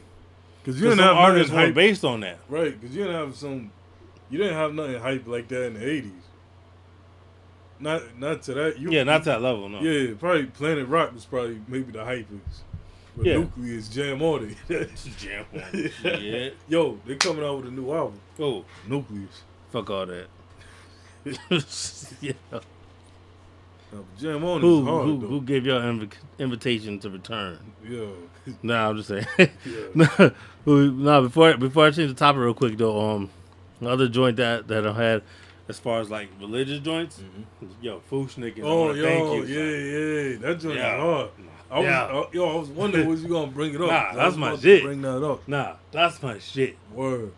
C: Because you
D: 'Cause
C: didn't
D: Some
C: have
D: artists
C: artists
D: weren't
C: hype.
D: based on that.
C: Right. Because you didn't have some, you didn't have nothing hype like that in the eighties. Not, not to that. You,
D: Yeah, not to that level, no.
C: Yeah, probably Planet Rock was probably maybe the hypest. But
D: Yeah.
C: Nucleus Jam Order.
D: Jam on. Shit.
C: Yo, they coming out with a new album,
D: Cool.
C: Nucleus.
D: Fuck all that. yeah.
C: Now, but Jam on
D: Who,
C: is hard
D: who,
C: though.
D: who gave y'all inv- invitation to return?
C: Yo,
D: Nah, I'm just saying. nah, who- nah, before before I change the topic real quick though, um, another joint that that I had as far as like religious joints, yo, Fushnik and
C: Mm-hmm. oh
D: oh,
C: yo,
D: thank you.
C: yeah, yeah, that joint
D: Yeah.
C: is hard. I was,
D: Yeah.
C: I- yo, I was wondering was you gonna bring it up.
D: Nah,
C: I was
D: that's my
C: about to
D: shit.
C: Bring that up.
D: Nah, that's my shit.
C: Word.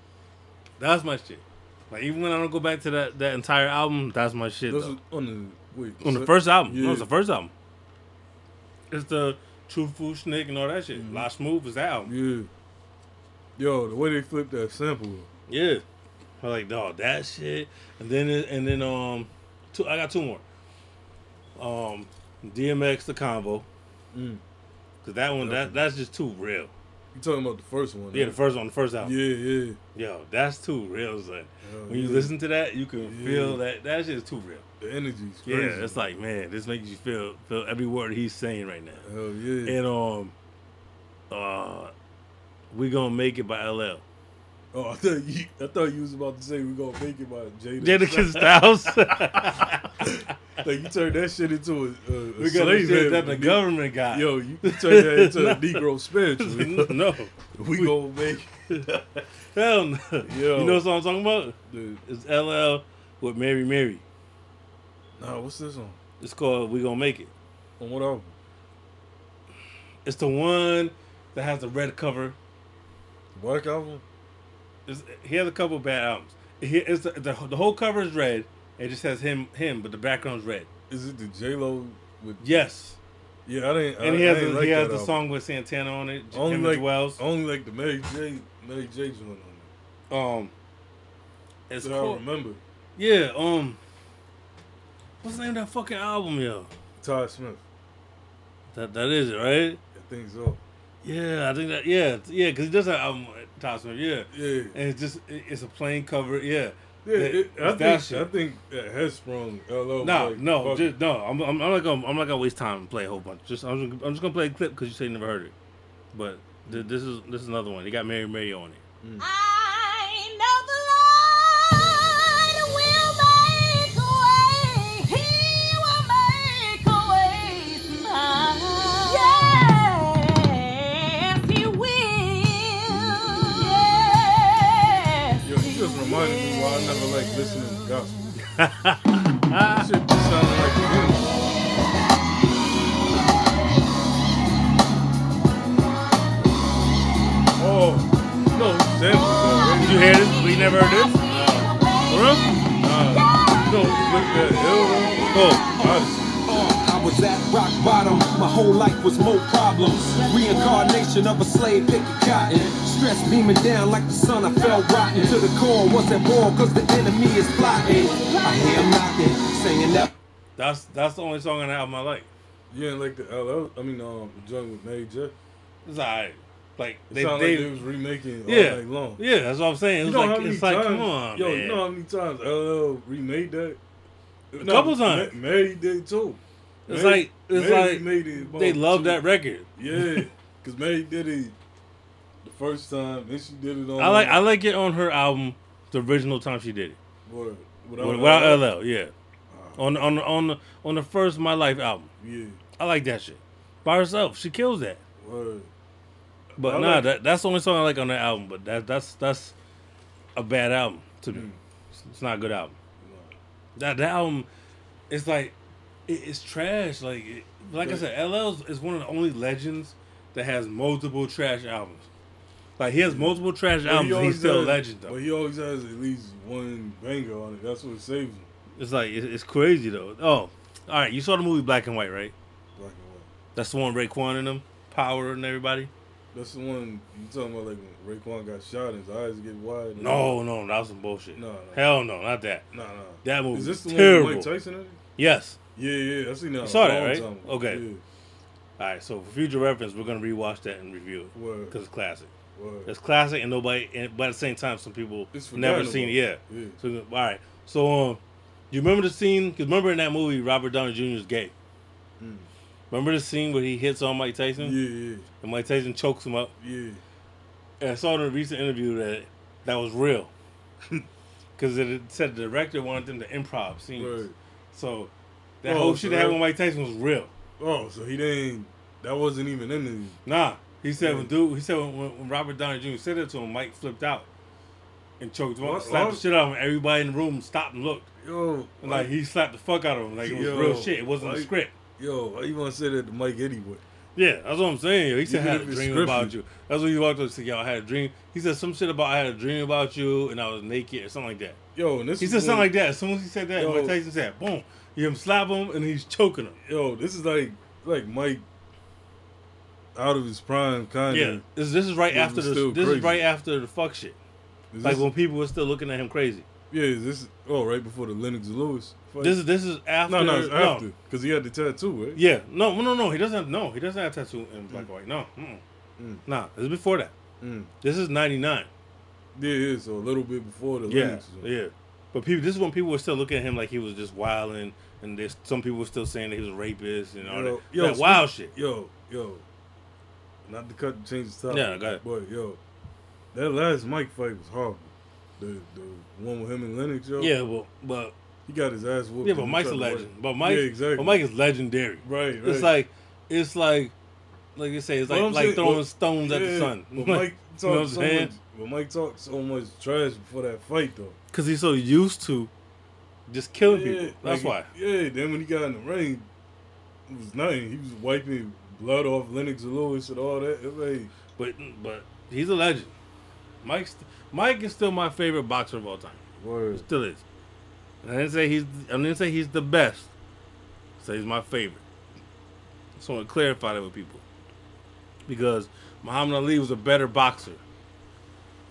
D: That's my shit. Like even when I don't go back to that that entire album, that's my shit.
C: This
D: though.
C: was on the wait,
D: On the
C: so-
D: first album, no,
C: yeah.
D: it's the first album. It's the True Fushnik and all that shit.
C: Mm-hmm.
D: La Smooth is that album.
C: Yeah. Yo, the way they flipped that sample.
D: Yeah. I like dog that shit, and then it- and then um, two I got two more. Um, DMX the combo,
C: Mm.
D: cause that one that that's just too real.
C: You talking about the first one?
D: Yeah,
C: huh?
D: the first one, the first album.
C: Yeah, yeah.
D: Yo, that's too real, son.
C: Hell
D: when you
C: yeah.
D: listen to that, you can
C: Yeah.
D: feel that that shit is too real.
C: The energy's
D: Yeah,
C: crazy.
D: it's like man, this makes you feel feel every word he's saying right now.
C: hell yeah.
D: And um, uh, we gonna make it by LL.
C: Oh, I thought you, I thought you was about to say we're gonna make it by Jada.
D: Jadakiss Styles.
C: like you turned that shit into a, a, a
D: we got
C: slave
D: shit that
C: head.
D: the government got.
C: Yo, you, you turned that into a Negro spiritual.
D: no.
C: we gonna make
D: Hell no.
C: Yo.
D: You know what song I'm talking about?
C: the
D: It's LL with Mary Mary.
C: nah. What's this one?
D: It's called We Gonna Make It.
C: On what album?
D: It's the one that has the red cover.
C: Black album?
D: It's, he has a couple bad albums. He, it's the, the, the whole cover is red. It just has him him, but the background's red.
C: Is it the J Lo with?
D: Yes.
C: Yeah, I didn't. I,
D: And he
C: Uh, I
D: has
C: didn't
D: the,
C: like
D: he has
C: that
D: the
C: album.
D: song with Santana on it.
C: I Only
D: him
C: like
D: and Wells.
C: I Only like the Mary J. Mary J. joint on it.
D: Um, it's
C: That I
D: called,
C: remember.
D: yeah. Um, what's the name of that fucking album, yo?
C: Todd Smith.
D: That that is it, right?
C: I think so.
D: Yeah, I think that. Yeah, yeah, because he does have album with Todd Smith. Yeah,
C: Yeah.
D: and it's just it- it's a plain cover. Yeah,
C: Yeah,
D: That-
C: it, I,
D: it's that
C: think, I
D: shit.
C: think that has sprung LO.
D: Nah,
C: like,
D: no,
C: Oh, fuck
D: just
C: it.
D: no. I'm, I'm, I'm not gonna I'm not gonna waste time and play a whole bunch. Just I'm just, I'm just gonna play a clip because you say you never heard it. But
C: Mm-hmm.
D: th- this is this is another one. They got Mary Mary on it.
H: I know the Lord will make a way. He will make a way somehow. Yes, He will. Yes.
C: Yo, you just reminded me why I never like listening to gospel. That shit just sounded like a Oh, no, samples
D: Did you hear this? We never heard this. For real?
C: already. Nah, no, look at Hill.
D: Oh,
C: Honestly,
I: I was at rock bottom. My whole life was more problems. Reincarnation of a slave picking cotton. Stress beaming down like the sun. I fell rotten to the core. Wasn't born cause the enemy is plotting. I hear 'em knocking, singing that.
D: that's that's the only song on the album I like.
C: you didn't like the LO? I mean, um, the joint with Mary J. It
D: It's alright. Like they,
C: sounded
D: they,
C: like they was remaking it
D: yeah,
C: all night long.
D: yeah. That's what I'm saying.
C: You
D: It's
C: know how
D: like
C: many
D: it's like
C: times,
D: come on,
C: yo,
D: man.
C: you know how many times LL remade that? A
D: couple times.
C: Mary did too.
D: It's
C: Mary-
D: like it's
C: Mary
D: like
C: made it about
D: they love
C: two-
D: that record.
C: Yeah, because Mary did it the first time, then she did it on.
D: I like I like it on her album, the original time she did it
C: Word, without,
D: without,
C: LL.
D: LL. Yeah, on on on the on the first My Life album,
C: Yeah,
D: I like that shit by herself. She kills that.
C: word.
D: But
C: I
D: nah,
C: like-
D: that, that's the only song I like on that album. But that that's that's a bad album to
C: Hmm.
D: me. It's- It's not a good album. That that album, it's like it, it's trash. Like it, like I
C: Right.
D: said, LL is one of the only legends that has multiple trash albums. Like he has multiple
C: But
D: trash
C: he
D: albums. and
C: always
D: he's still a
C: has-
D: legend though.
C: But he always has at least one banger on it. That's what saves him.
D: It's like it, it's crazy though. Oh, all right. You saw the movie Black and White, right?
C: Black and white.
D: That's the one with Raekwon and them, Power and everybody.
C: That's the one you talking about, like when Raekwon got shot, his eyes get wide.
D: No, no, that was some bullshit.
C: No, no.
D: hell no, not that.
C: no, no.
D: That movie
C: Is this the
D: terrible.
C: one with Mike Tyson in it?
D: Yes.
C: Yeah, yeah, I seen that. You
D: saw that, right? Okay.
C: Yeah,
D: All right, so for future reference, we're gonna rewatch that and review it
C: Word.
D: because it's classic.
C: word.
D: It's classic, and nobody. And, but at the same time, some people
C: It's
D: never
C: forgettable.
D: seen it. Yeah.
C: Yeah.
D: So all right, so um, you remember the scene? Because remember in that movie, Robert Downey Jr. is gay. Remember the scene where he hits on Mike Tyson
C: Hmm. yeah,
D: and Mike Tyson chokes him up?
C: yeah, yeah.
D: And I saw in a recent interview that that was real, because it had said the director wanted them to improv scenes.
C: Right.
D: So that
C: Oh,
D: whole
C: so
D: shit that happened
C: that-
D: with Mike Tyson was real.
C: Oh, so he didn't. That wasn't even in the.
D: Nah, he said when dude, he said when, when Robert Downey Jr. said it to him, Mike flipped out and choked him up,
C: What-
D: slapped
C: what?
D: the shit out of him. Everybody in the room stopped and looked.
C: Yo,
D: And, Like he slapped the fuck out of him. Like it was
C: Yo,
D: real shit. It wasn't a
C: like-
D: script.
C: yo, why you want to say that to Mike anyway?
D: Yeah, that's what I'm saying. Yo. He said I
C: Even
D: had a
C: if it's
D: dream
C: scripted.
D: about you. That's what he walked up and said, Yo, I had a dream. He said some shit about I had a dream about you and I was naked or something like that.
C: Yo, and this
D: He
C: is
D: said something
C: when-
D: like that. As soon as he said that,
C: Yo.
D: Mike Tyson said, boom. You him slap him and he's choking him.
C: Yo, this is like like Mike out of his prime, kind
D: Yeah.
C: of.
D: This, this is right
C: This
D: after
C: is
D: the
C: still
D: this
C: crazy.
D: is right after the fuck shit. Like when people were still looking at him crazy.
C: yeah, is this oh right before the Lennox Lewis. Fight?
D: This is this is after.
C: no, no, it's after because he had the tattoo, right?
D: Yeah, no, no, no. He doesn't. No, he doesn't have tattoo in black and white. No, mm-mm. nah. This is before that.
C: Mm.
D: This is ninety nine.
C: Yeah, yeah. So a little bit before the
D: Yeah,
C: Lennox.
D: yeah. But people, this is when people were still looking at him like he was just wilding, and there's some people were still saying that he was a rapist and all
C: Yo,
D: that,
C: yo,
D: that wild shit.
C: speak- Yo, yo, not to cut change the topic.
D: Yeah, go ahead.
C: But yo, that last Mike fight was horrible. The the one with him and Lennox, yo.
D: Yeah, but but
C: He got his ass whooped.
D: yeah, but
C: and he
D: Mike's a
C: tried to
D: legend.
C: win.
D: But Mike,
C: Yeah, exactly.
D: but Mike is legendary.
C: Right, right.
D: It's like it's like like you say, it's
C: But
D: like
C: I'm
D: like
C: saying-
D: throwing
C: but-
D: stones at the
C: Yeah,
D: sun.
C: But Mike talked
D: you know what I'm
C: so
D: saying?
C: much. But Mike talked so much trash before that fight, though.
D: Because he's so used to just killing
C: Yeah,
D: people. That's why.
C: like, Yeah, then when he got in the ring, it was nothing. He was wiping blood off Lennox Lewis and all that. It was like,
D: But but he's a legend. Mike's Mike is still my favorite boxer of all time.
C: word.
D: Still is. And I didn't say he's I didn't say he's the best. I said he's my favorite. Just want to clarify that with people. Because Muhammad Ali was a better boxer.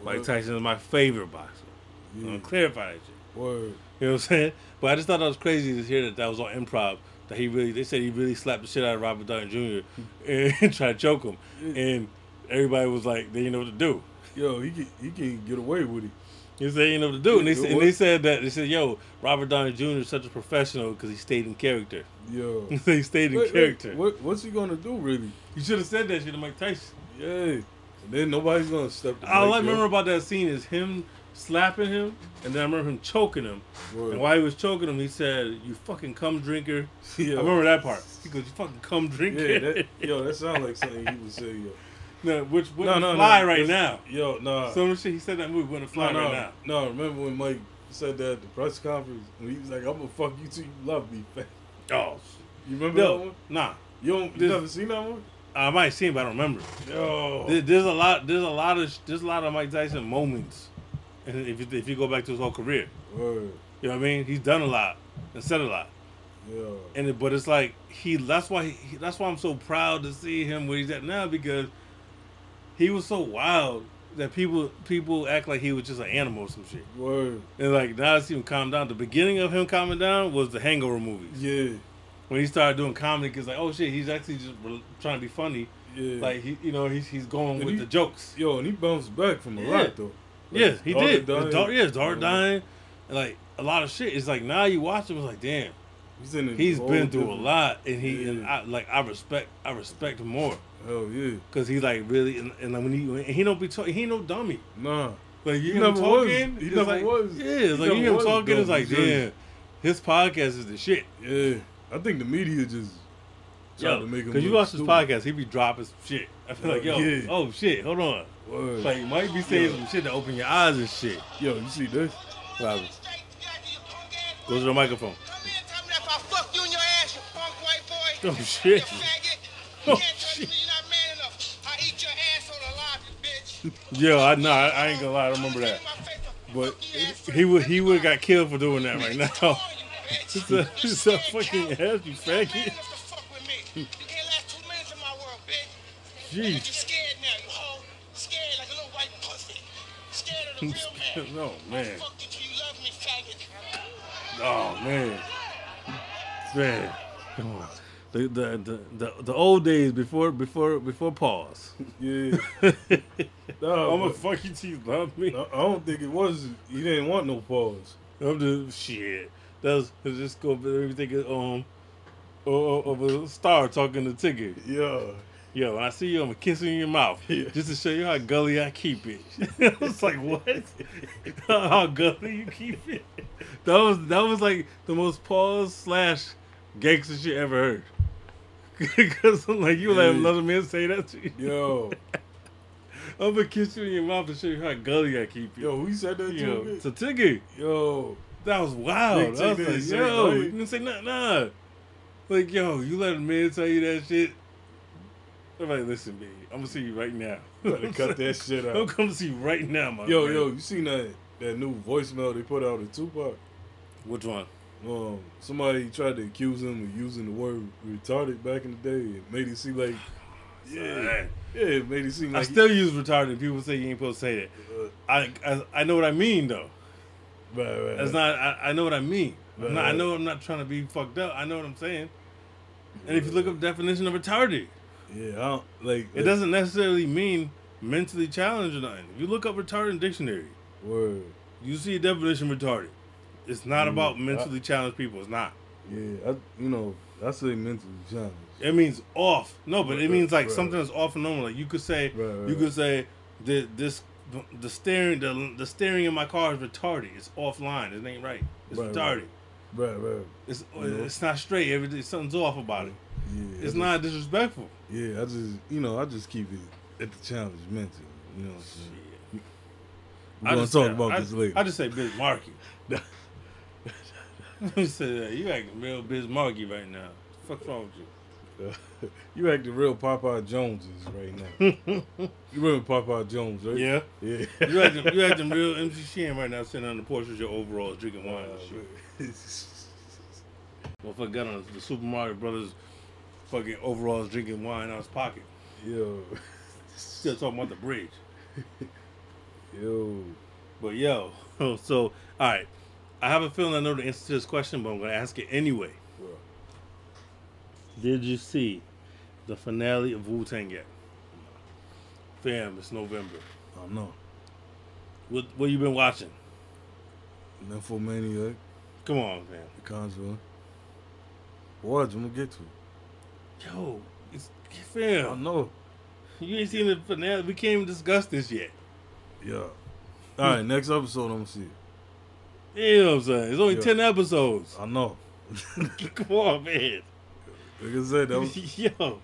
D: Mike
C: Word.
D: Tyson is my favorite boxer. I
C: Yeah,
D: want to clarify that shit.
C: word.
D: You know what I'm saying? But I just thought that was crazy to hear that that was on improv. That he really, they said he really slapped the shit out of Robert Downey Jr. and tried to choke him, and everybody was like, they didn't know what to do.
C: Yo, he can he can get away with it.
D: They said they didn't know what to do, and they,
C: Yeah,
D: said- and they
C: what?
D: said that they said, yo, Robert Downey Jr. is such a professional because he stayed in character.
C: Yo,
D: he stayed in
C: Wait, wait,
D: character.
C: what what's he gonna do really?
D: You should have said that shit to Mike Tyson.
C: Yeah, and then nobody's gonna step. to
D: All I
C: Mike, yo.
D: remember about that scene is him slapping him, and then I remember him choking him.
C: Word.
D: And while he was choking him, he said, "You fucking cum drinker."
C: Yeah.
D: I remember that part. He goes, "You fucking cum drinker."
C: Yeah, that, yo, that sounds like something he would say. Yo,
D: No, which would
C: no, no,
D: fly
C: no,
D: right
C: that's-
D: now.
C: Yo, nah.
D: Some shit he said that movie wouldn't fly
C: no,
D: right
C: no,
D: now.
C: no. Remember when Mike said that at the press conference when he was like, "I'm gonna fuck you till you love me." fat."
D: Oh,
C: you remember that
D: no,
C: one?
D: nah.
C: You don't. You
D: This-
C: never seen that one?
D: I might see it, but I don't remember.
C: Yo,
D: There, there's a lot. There's a lot of. There's a lot of Mike Tyson moments. And if you, if you go back to his whole career,
C: word.
D: you know what I mean. He's done a lot and said a lot.
C: Yo,
D: And it, but it's like he. That's why. He, that's why I'm so proud to see him where he's at now because he was so wild that people people act like he was just an animal or some shit.
C: word.
D: And like now it's even calmed down. The beginning of him calming down was the Hangover movies.
C: Yeah,
D: When he started doing comedy, it's like, oh shit, he's actually just re- trying to be funny.
C: yeah.
D: Like he, you know, he's he's going
C: And
D: with
C: he-
D: the jokes.
C: yo, and he bounced back from a
D: Yeah.
C: lot though. Like,
D: yeah, he
C: Dog
D: did.
C: Dying.
D: His dog, yeah, his dog
C: Yeah.
D: dying, and like a lot of shit. It's like now you watch him, it's like damn,
C: He's in a
D: he's
C: whole
D: been through a
C: different-
D: lot, and he
C: Yeah.
D: and I like I respect I respect him more
C: Hell yeah,
D: because he like really and, and like, when he and he don't be talk, he no dummy.
C: nah.
D: Like
C: He
D: you hear him
C: never
D: talking,
C: was. He
D: it's
C: never
D: like,
C: was.
D: Yeah, it's
C: He
D: like you
C: never
D: hear him
C: was
D: talking, it's
C: dumb,
D: like
C: he just-
D: damn, his podcast is the shit.
C: Yeah, I think the media just tried
D: Yo,
C: to make him.
D: cause you
C: look
D: watch this
C: stupid.
D: podcast, he be dropping some shit. I feel like, yo,
C: Yeah.
D: oh shit, hold on.
C: Word.
D: Like, you might be saying some shit to open your eyes and shit.
C: Yo, you see this?
D: Wow. Goes to the microphone. Oh
G: You
D: shit.
G: faggot.
D: Oh,
G: You can't touch me.
D: shit.
G: You're not man enough. I eat your asshole alive, you bitch.
D: Yo, I know. I, I ain't gonna lie. I don't remember that. But he would he would got killed for doing that right now. It's a, it's a fucking ass, you faggot. Jeez.
G: Jeez. You scared now, you hoe. Scared like a little white pussy. Scared of the real man.
D: No man.
G: Fuck you till you love me, faggot.
D: Oh man. Man. Come on. The the, the, the, the old days before before before pause.
C: Yeah.
D: I'm
C: nah,
D: gonna
C: but-
D: fuck you till you love me.
C: I I don't think it was. He didn't want no pause.
D: I'm just shit. That's just go everything. Um, of of a star talking to Tigger.
C: Yeah.
D: Yo, when I see you, I'm gonna kiss you in your mouth
C: Yeah.
D: just to show you how gully I keep it. I was like, what? how gully you keep it? That was that was like the most pause slash gangster shit ever heard. Because I'm like, you let
C: Yeah.
D: another man say that to you.
C: Yo.
D: I'm gonna kiss you in your mouth to show you how gully I keep you.
C: Yo, who said that
D: Yo,
C: to?
D: to Tigger.
C: Yo.
D: That was wild.
C: Big
D: I
C: Tigger
D: was
C: is
D: like,
C: sick,
D: yo,
C: right?
D: you didn't say nothing. Nah. Like, yo, you let a man tell you that shit. I'm like, listen, baby, I'm gonna see you right now.
C: Better cut that shit
D: I'm
C: out.
D: coming to see you right now, my
C: Yo,
D: friend.
C: yo, you seen that that new voicemail they put out of Tupac?
D: Which one?
C: Um, somebody tried to accuse him of using the word retarded back in the day. It made it seem like, yeah,
D: Alright.
C: yeah, it made it seem
D: I
C: like.
D: still use retarded. People say you ain't supposed to say that.
C: Uh,
D: I, I, I know what I mean, though.
C: right, right,
D: That's
C: right.
D: not. I, I know what I mean. I'm not- I
C: Right.
D: know I'm not trying to be fucked up. I know what I'm saying. And if you look up definition of retarded,
C: Yeah, I don't, like
D: it doesn't necessarily mean mentally challenged or nothing. If you look up retarded in dictionary,
C: Word.
D: You see a definition retarded. It's
C: Mm.
D: not about mentally
C: Uh,
D: challenged people. It's not.
C: Yeah, I, you know, I say mental challenge.
D: It means off. No, but it
C: Right,
D: means like
C: right.
D: something that's off and normal. Like you could say,
C: Right, right,
D: you could say the this the steering the, the steering in my car is retarded. It's offline. It ain't right. It's
C: Right,
D: retarded.
C: right. Right, right.
D: It's
C: Yeah.
D: it's not straight. Everything something's off about it.
C: Yeah, I
D: It's
C: just-
D: not disrespectful.
C: Yeah, I just you know I just keep it at the challenge mentally. You know what I'm saying? We're
D: I
C: gonna
D: just
C: talk
D: say-
C: about
D: I-
C: this later.
D: I just say biz market. He said, "Hey, you acting real Bismarcky right now. What the fuck's wrong with you?
C: you acting real Popeye Joneses right now. you remember Popeye Jones, right?
D: Yeah.
C: Yeah.
D: You acting, you acting real MC Shan right now, sitting on the porch with your overalls, drinking wine and shit. Motherfucker got on the Super Mario Brothers fucking overalls, drinking wine out his pocket.
C: yo,
D: Still talking about the bridge.
C: yo.
D: But yo, so all right, I have a feeling I know the answer to this question, but I'm gonna ask it anyway.
C: Well,
D: Did you see the finale of Wu Tang yet? Fam, it's November.
C: I don't know.
D: What what you been watching?
C: Nymphomaniac,
D: Come on, fam.
C: The Conjurer. Watch, I'm gonna get to it.
D: Yo, it's
C: I
D: fam.
C: know.
D: You ain't seen the finale. We can't even discuss this yet.
C: Yeah. All right, next episode I'm gonna see. it.
D: You know what I'm saying? It's only
C: Yeah.
D: ten episodes.
C: I know.
D: Come on, man.
C: Like I said, that was,
D: Yo,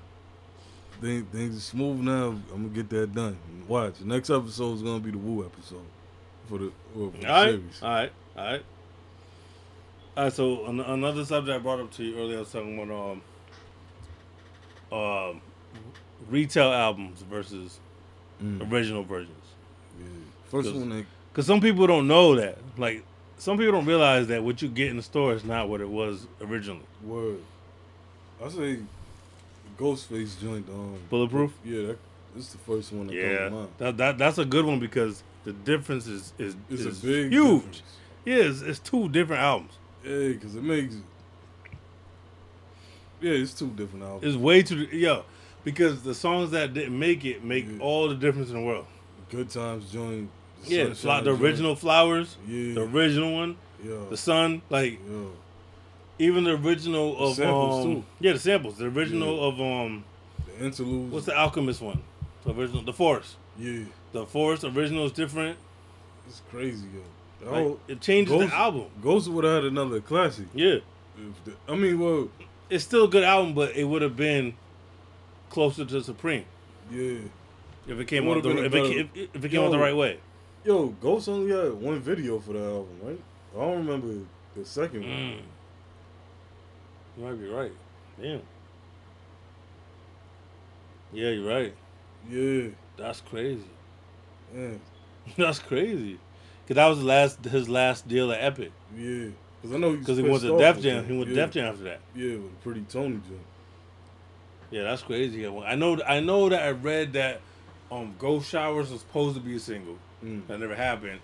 C: thing, things are smooth now. I'm gonna get that done. Watch, the next episode is gonna be the Woo episode for the, well, for the
D: all right,
C: series.
D: all right, all right. All right. So an- another subject I brought up to you earlier, I was talking about um, um, retail albums versus
C: Mm.
D: original versions.
C: Yeah. First
D: Cause-
C: one, that,
D: Because some people don't know that. Like some people don't realize that what you get in the store is not what it was originally.
C: word. I say, Ghostface joint. Um,
D: Bulletproof?
C: Yeah, that, this is the first one that come to
D: Yeah,
C: mind.
D: that, that that's a good one because the difference is is,
C: It's
D: is
C: a big
D: huge.
C: difference.
D: Yeah, it's, it's two different albums.
C: Yeah, because it makes. Yeah, it's two different albums.
D: It's way too yo because the songs that didn't make it make
C: Yeah.
D: all the difference in the world.
C: Good Times joint.
D: Yeah, the, fly,
C: Sunshine
D: the
C: joint.
D: original flowers,
C: Yeah.
D: the original one,
C: Yeah.
D: the sun, like
C: yeah.
D: even the original of
C: samples,
D: um,
C: too.
D: yeah, the samples, the original
C: Yeah.
D: of um,
C: The interludes.
D: what's the alchemist one? The original, the forest,
C: Yeah.
D: the forest original is different.
C: It's crazy, yo. The
D: Like,
C: whole-
D: it changes
C: Oh, Ghost-
D: the album.
C: Ghost would have had another classic.
D: Yeah,
C: If the, I mean, well,
D: it's still a good album, but it would have been closer to Supreme
C: yeah.
D: if it came
C: It
D: out
C: would've
D: the
C: been a
D: if it,
C: better-
D: ca- if, if it came out the
C: Yo.
D: right way.
C: Yo, Ghost only had one video for the album, right? I don't remember the second
D: Mm.
C: one.
D: You might be right. Damn. Yeah, you're right. Mm.
C: Yeah.
D: That's crazy.
C: Yeah.
D: That's crazy. Cause that was the last his last deal at Epic.
C: Yeah. Because I know
D: Cause he went to Def Jam. He went to Def Jam after that.
C: Yeah, with a Pretty Tony joint.
D: Yeah, that's crazy. Yeah, well, I know. I know that I read that um, Ghost Showers was supposed to be a single.
C: Mm.
D: That never happened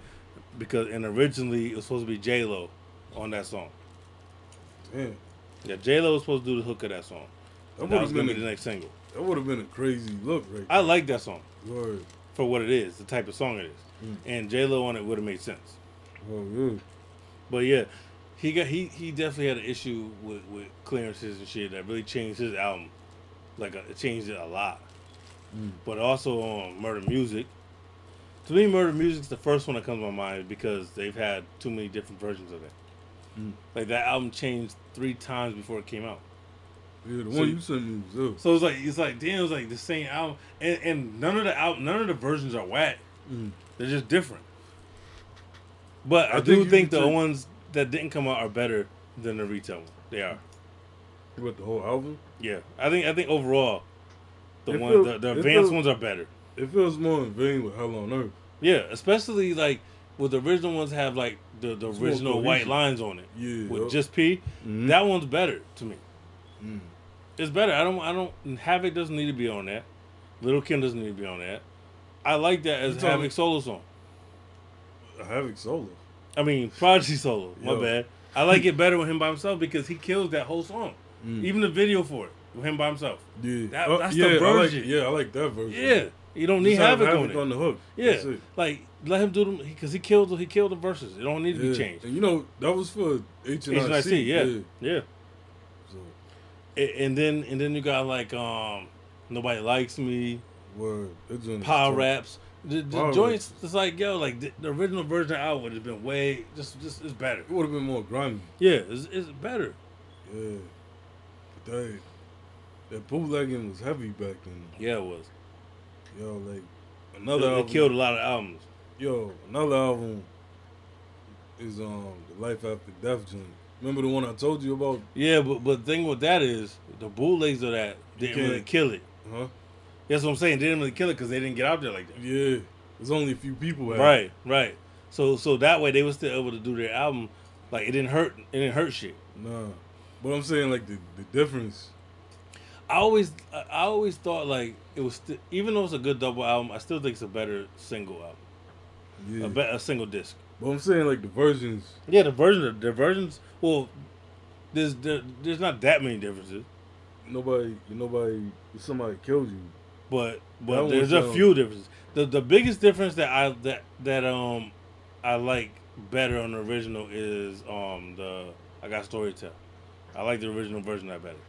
D: because and originally it was supposed to be J Lo on that song.
C: Damn.
D: Yeah, J Lo was supposed to do the hook of that song.
C: That
D: And That was
C: would've
D: gonna
C: been
D: be
C: a-
D: the next single.
C: That would have been a crazy look, right?
D: I like that song.
C: Word.
D: for what it is, the type of song it is.
C: Mm.
D: And J Lo on it would have made sense.
C: Oh yeah.
D: But yeah, he got he he definitely had an issue with with clearances and shit that really changed his album. Like uh, it changed it a lot. But also on Murder Music. To me, Murder Music's the first one that comes to my mind because they've had too many different versions of it. Like that album changed three times before it came out.
C: Yeah, the
D: So
C: one
D: you-
C: you sent me was ill.
D: So it's like it's like damn, it's like the same album, and, and none of the out none of the versions are whack. They're just different. But
C: Mm.
D: I,
C: I
D: do
C: think you
D: think
C: could
D: the
C: take-
D: ones that didn't come out are better than the retail one. They are.
C: What the whole album?
D: Yeah, I think I think overall, the
C: It
D: one
C: feel-
D: the, the
C: it
D: advanced
C: feel-
D: ones are better.
C: It feels more in vain with Hell on Earth.
D: Yeah, especially like with the original ones have like the, the
C: more
D: original white
C: cohesion.
D: lines on it.
C: Yeah,
D: with
C: yup. Mm-hmm.
D: just P, that one's better to me.
C: Mm.
D: It's better. I don't. I don't. Havoc doesn't need to be on that. Little Kim doesn't need to be on that. I like that as
C: You talking-
D: Havoc solo song.
C: Havoc solo.
D: I mean, Prodigy solo. My
C: Yo.
D: bad. I like it better with him by himself because he kills that whole song.
C: Mm.
D: Even the video for it with him by himself.
C: Yeah.
D: That-
C: Oh,
D: that's the
C: yeah, I
D: version.
C: like, yeah, I like that version.
D: Yeah, you don't
C: Just
D: need
C: have
D: Havoc, on it.
C: the hook.
D: Yeah,
C: That's it.
D: like let him do them because he killed he killed the verses. It don't need to
C: Yeah.
D: be changed.
C: And you know that was for H and I
D: HNIC,
C: C.
D: yeah, yeah.
C: So,
D: A- And then and then you got like um nobody likes me,
C: word. That joint is
D: power
C: tough.
D: raps. The, the
C: Power
D: joints,
C: raps.
D: it's like yo, like the, the original version out would have been way just just it's better.
C: It would have been more grimy.
D: Yeah, it's, it's better.
C: Yeah. But that that bootlegging was heavy back then.
D: Yeah, it was.
C: Yo, like
D: They,
C: another
D: they
C: album.
D: killed a lot of albums.
C: Yo, another album is um the Life After Death joint. Remember the one I told you about?
D: Yeah, but but the thing with that is the bootlegs of that didn't
C: can't-
D: really kill it.
C: Huh?
D: That's what I'm saying. They didn't really kill it because they didn't get out there like that.
C: Yeah. There's only a few people. Had. it.
D: Right, right. So so that way they were still able to do their album. Like it didn't hurt. It didn't hurt shit.
C: Nah. But I'm saying like the, the difference.
D: I always I I always thought like it was sti- even though it's a good double album, I still think it's a better single album,
C: Yeah.
D: a, be- a single disc.
C: but I'm saying like the versions.
D: Yeah, the version the versions. Well, there's there, there's not that many differences,
C: Nobody, nobody, somebody killed you.
D: but
C: That
D: but
C: one
D: there's a
C: sound-
D: few differences. The the biggest difference that I that that um I like better on the original is um the I got story to tell. I like the original version of that better.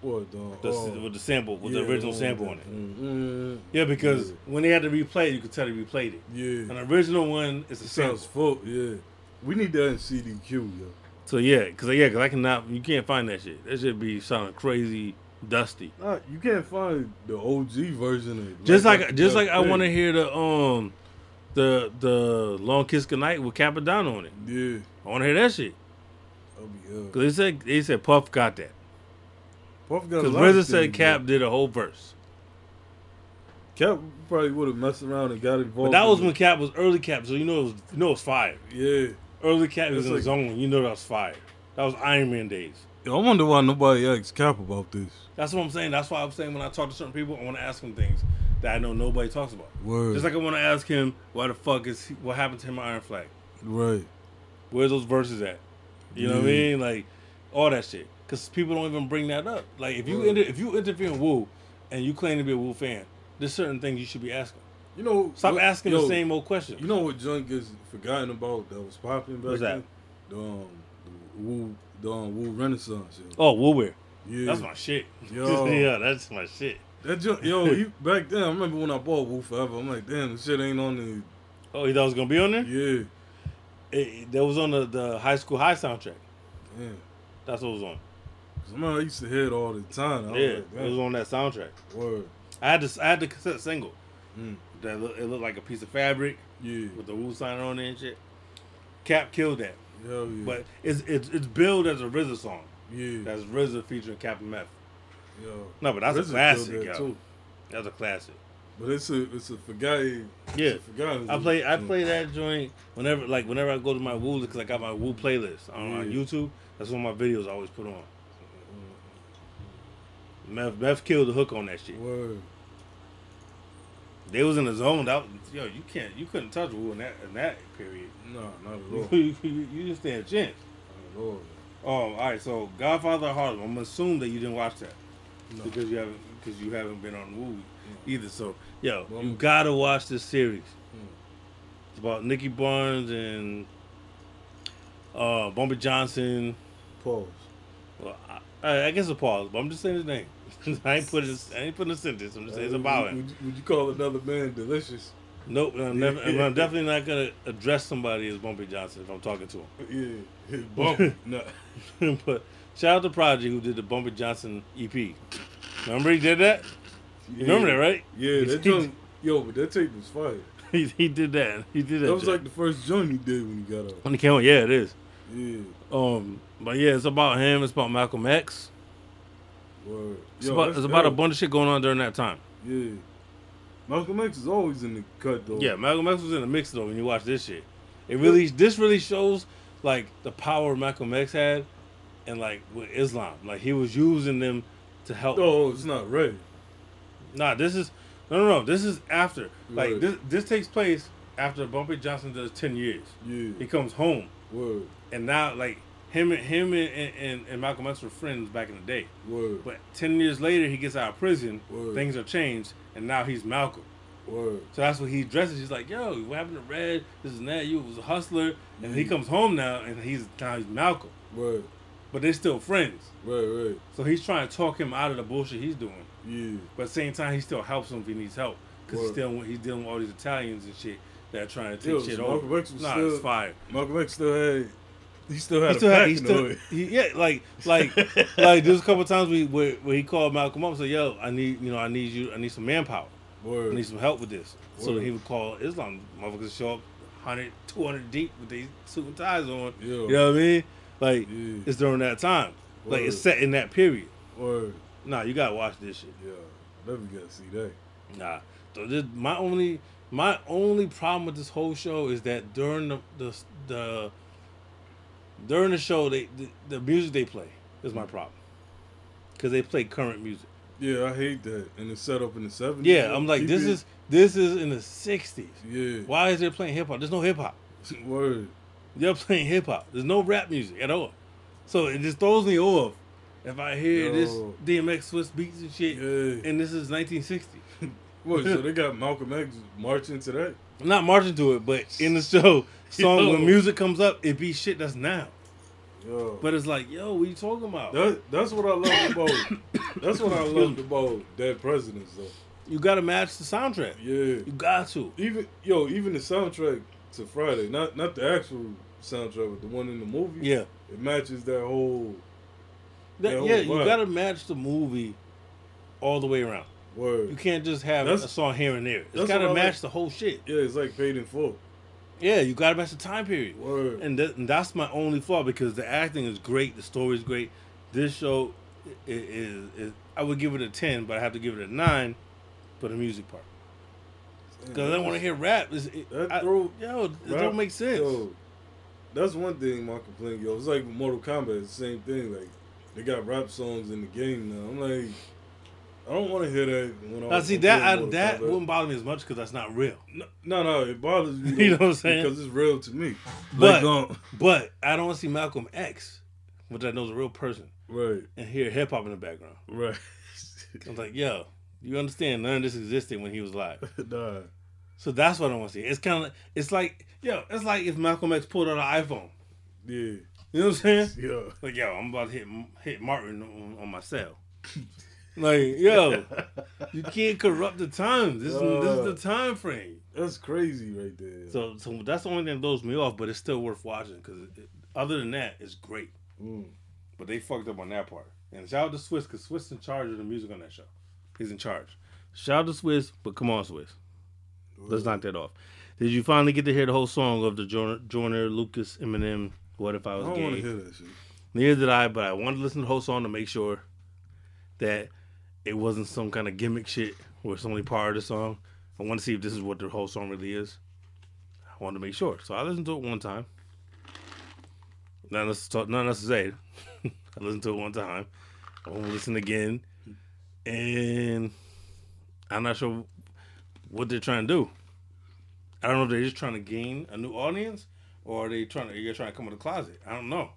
C: What the?
D: The,
C: oh,
D: with the sample, with
C: yeah,
D: the original
C: one
D: sample on
C: with
D: it.
C: the- mm, mm,
D: Yeah, because when they had to replay it, you could tell they replayed it. An
C: Yeah.
D: original one is a
C: It
D: sample.
C: sounds full. Yeah. We need that in CDQ, yo.
D: So yeah, cause yeah, cause I cannot. You can't find that shit. That should be sounding crazy, dusty.
C: Nah, you can't find the OG version of it.
D: Just like
C: that's-
D: just like
C: that's
D: I
C: thick.
D: want to hear the um, the the long kiss goodnight with Capadonna on it.
C: Yeah.
D: I want to hear that shit.
C: I'll be up.
D: Cause they said they said Puff got that.
C: Puff got a
D: Cause
C: lot of
D: RZA said
C: things,
D: Cap did a whole verse.
C: Cap probably would have messed around and got
D: But
C: involved.
D: that
C: in
D: was
C: it.
D: when Cap was early Cap, so you know it was you know it was fire.
C: Yeah.
D: Early Cap was
C: That's
D: in his
C: like-
D: own. You know that was fire. That was Iron Man days.
C: Yo, I wonder why nobody asked Cap about this.
D: That's what I'm saying. That's why I'm saying when I talk to certain people, I want to ask them things that I know nobody talks about.
C: Word.
D: Just like I want to ask him, why the fuck is he, what happened to him at Iron Flag?
C: Right.
D: Where's those verses at? You know what I
C: Yeah.
D: mean? Like all that shit. Because people don't even bring that up. Like if you
C: Right.
D: inter- if you interview in Wu and you claim to be a Wu fan, there's certain things you should be asking.
C: You know.
D: Stop
C: what-
D: asking
C: yo,
D: the same old question.
C: You know what junk is forgotten about that was popping back
D: What's that?
C: then? The um, the Wu, the um, Wu Renaissance. Yo.
D: oh, Wu wear.
C: Yeah.
D: That's my shit.
C: Yo.
D: yeah, that's my shit.
C: That junk, yo, you, back then, I remember when I bought Wu Forever. I'm like, damn, this shit ain't on
D: Oh, you thought it was gonna be on there?
C: the. Yeah.
D: It- that was on the, the high school high soundtrack.
C: Damn.
D: That's what it was on.
C: 'Cause, man, I used to hear it all the time. Oh, I was
D: yeah,
C: like,
D: it was
C: damn,
D: on that soundtrack.
C: word.
D: I had this. I had the cassette single.
C: Mm.
D: That look, it looked like a piece of fabric
C: Yeah.
D: with the Wu sign on it and shit. Cap killed that,
C: Hell yeah.
D: but it's it's it's billed as a RZA song.
C: yeah.
D: That's RZA featuring Cap and Meth.
C: yo.
D: No, but that's
C: RZA
D: a
C: killed
D: classic,
C: that,
D: yo.
C: too.
D: That's a classic.
C: But it's a it's a forgotten.
D: Yeah.
C: it's a forgotten.
D: I play I
C: junk.
D: play that joint whenever like whenever I go to my Wu because I got my Wu playlist on, on
C: Yeah.
D: YouTube. That's one of my videos I always put on. Meth Meth killed the hook on that shit.
C: Word.
D: They was in the zone. That was- yo, you can't you couldn't touch Wu in that in that period.
C: Nah, not at all.
D: you, you, you you didn't stand a chance.
C: not at all.
D: Um, all right. So Godfather of Harlem. I'm gonna assume that you didn't watch that
C: No.
D: because you haven't because you haven't been on Woo either. So yo,
C: Well,
D: Mm. you
C: I'm-
D: gotta watch this series. It's about Nicky Barnes and uh Bumper Johnson.
C: Pause.
D: Well, I, I guess a pause, but I'm just saying his name. I ain't putting I ain't putting a sentence. I'm just saying it's about
C: would,
D: him.
C: would, you- would you call another man delicious?
D: Nope. I'm, never, I'm definitely not gonna address somebody as Bumpy Johnson if I'm talking to him.
C: Yeah, his bump. nah.
D: but shout out to Prodigy who did the Bumper Johnson EP. Remember he did that? You remember that, right?
C: Yeah, that joint. Yo, but that tape was fire.
D: He, he did that. He did that.
C: That was
D: joint.
C: like the first joint he did when he got out.
D: when he came on. Yeah, it is.
C: Yeah,
D: Um, but yeah, it's about him. It's about Malcolm X.
C: word.
D: It's
C: Yo,
D: about,
C: that's
D: it's about a
C: dope.
D: bunch of shit going on during that time.
C: Yeah. Malcolm X is always in the cut though.
D: Yeah, Malcolm X was in the mix though when you watch this shit. It really, this really shows like the power Malcolm X had, and like with Islam, like he was using them to help.
C: Oh, it's not right.
D: Nah, this is no, no, no. This is after. Like
C: Right.
D: this, this takes place after Bumpy Johnson does ten years.
C: Yeah.
D: He comes home,
C: Word.
D: and now like him and him and, and, and Malcolm X were friends back in the day.
C: Word.
D: But ten years later, he gets out of prison.
C: Word.
D: Things are changed, and now he's Malcolm.
C: Word.
D: So that's what he dresses. He's like, "Yo, what happened to Red? This and that. You was a hustler." And
C: Mm.
D: he comes home now, and he's now he's Malcolm,
C: Word.
D: but they're still friends.
C: Right. Right.
D: So he's trying to talk him out of the bullshit he's doing.
C: Yeah.
D: But at the same time, he still helps him if he needs help because he's
C: Word.
D: still he's dealing with all these Italians and shit that are trying to
C: Yo,
D: take shit
C: so
D: over.
C: Malcolm X was
D: nah,
C: still-
D: it's fire.
C: Malcolm X still had. He still had
D: He
C: a
D: still, had,
C: pack
D: he
C: in the
D: still,
C: hood.
D: he, yeah, like, like, like. There's a couple times we where, where he called Malcolm up and said, "Yo, I need, you know, I need you, I need some manpower."
C: Word.
D: I need some help with this. So
C: Word.
D: he would call Islam motherfuckers show up 100, 200 deep with these suit and ties on.
C: Yeah.
D: You know what I mean? Like
C: Yeah.
D: it's during that time. Like it's
C: Word.
D: set in that period.
C: Or
D: Nah, you gotta watch this shit.
C: yeah, never gonna see that.
D: Nah. So this, my only my only problem with this whole show is that during the the, the during the show they the, the music they play is my problem. Cause they play current music.
C: Yeah, I hate that. And it's set up in the seventies.
D: Yeah, I'm like this is this is in the '60s.
C: Yeah.
D: Why is they playing hip hop? There's no hip hop.
C: word.
D: They're playing hip hop. There's no rap music at all. So it just throws me off if I hear this
C: Yo.
D: DMX Swiss beats and shit,
C: Yeah.
D: and this is 1960.
C: What? So they got Malcolm X marching to that?
D: Not marching to it, but in the show, song
C: Yo.
D: when music comes up, it be shit that's now.
C: Yo.
D: But it's like, yo, what you talking about?
C: That, that's what I loved about. that's what I loved about dead presidents though.
D: You gotta match the soundtrack.
C: Yeah.
D: You got to.
C: Even yo, even the soundtrack to Friday, not not the actual soundtrack, but the one in the movie.
D: Yeah.
C: It matches that whole
D: That-
C: whole
D: yeah, you
C: vibe.
D: gotta match the movie all the way around.
C: word.
D: You can't just have
C: That's-
D: a song here and there. It's
C: that's
D: gotta
C: what I
D: match
C: like.
D: the whole shit.
C: yeah, it's like paid in full.
D: Yeah, you gotta match the time period.
C: Word.
D: And, that, and that's my only flaw because the acting is great, the story is great. This show i- i- is, is I would give it a ten, but I have to give it a nine for the music part because I don't want to hear rap. It's, it,
C: That
D: I-
C: throw-
D: yo, it
C: Rap,
D: don't make sense.
C: yo, that's one thing my complaint, yo. It's like with Mortal Kombat, it's the same thing. Like they got rap songs in the game now. I'm like, I don't want to hear that. When
D: now
C: I'm-
D: see
C: I'm
D: that
C: playing
D: I,
C: Mortal
D: that
C: Kombat.
D: wouldn't bother me as much because that's not real.
C: No, no, it bothers me.
D: You know what I'm saying?
C: Because it's real to me.
D: But
C: Like, um,
D: but I don't see Malcolm X, which I know is a real person,
C: right,
D: and hear hip hop in the background.
C: right.
D: I'm like, yo, you understand? None of this existed when he was alive.
C: nah.
D: So that's what I want to see. It's kind of, it's like, yo, it's like if Malcolm X pulled out an iPhone.
C: Yeah.
D: You know what I'm saying?
C: Yeah.
D: Like, yo, I'm about to hit hit Martin on, on my cell. Like, yo, you can't corrupt the times. This, is this is the
C: Uh.
D: time frame.
C: That's crazy right there.
D: So, so that's the only thing that blows me off. But it's still worth watching because other than that, it's great.
C: Mm.
D: But they fucked up on that part. And shout out to Swiss because Swiss in charge of the music on that show. He's in charge. Shout out to Swiss, but come on, Swiss. Let's knock that off. Did you finally get to hear the whole song of the Joyner, Joyner Lucas, Eminem, What If I
C: I
D: Was
C: don't want to
D: Gay?
C: hear that shit.
D: Neither did I, but I wanted to listen to the whole song to make sure that it wasn't some kind of gimmick shit where it's only part of the song. I want to see if this is what the whole song really is. I wanted to make sure. So I listened to it one time. Not necessarily, not necessarily. I listened to it one time. I won't listen again. And I'm not sure what they're trying to do. I don't know if they're just trying to gain a new audience or are they trying to, you're trying to come out of the closet. I don't know.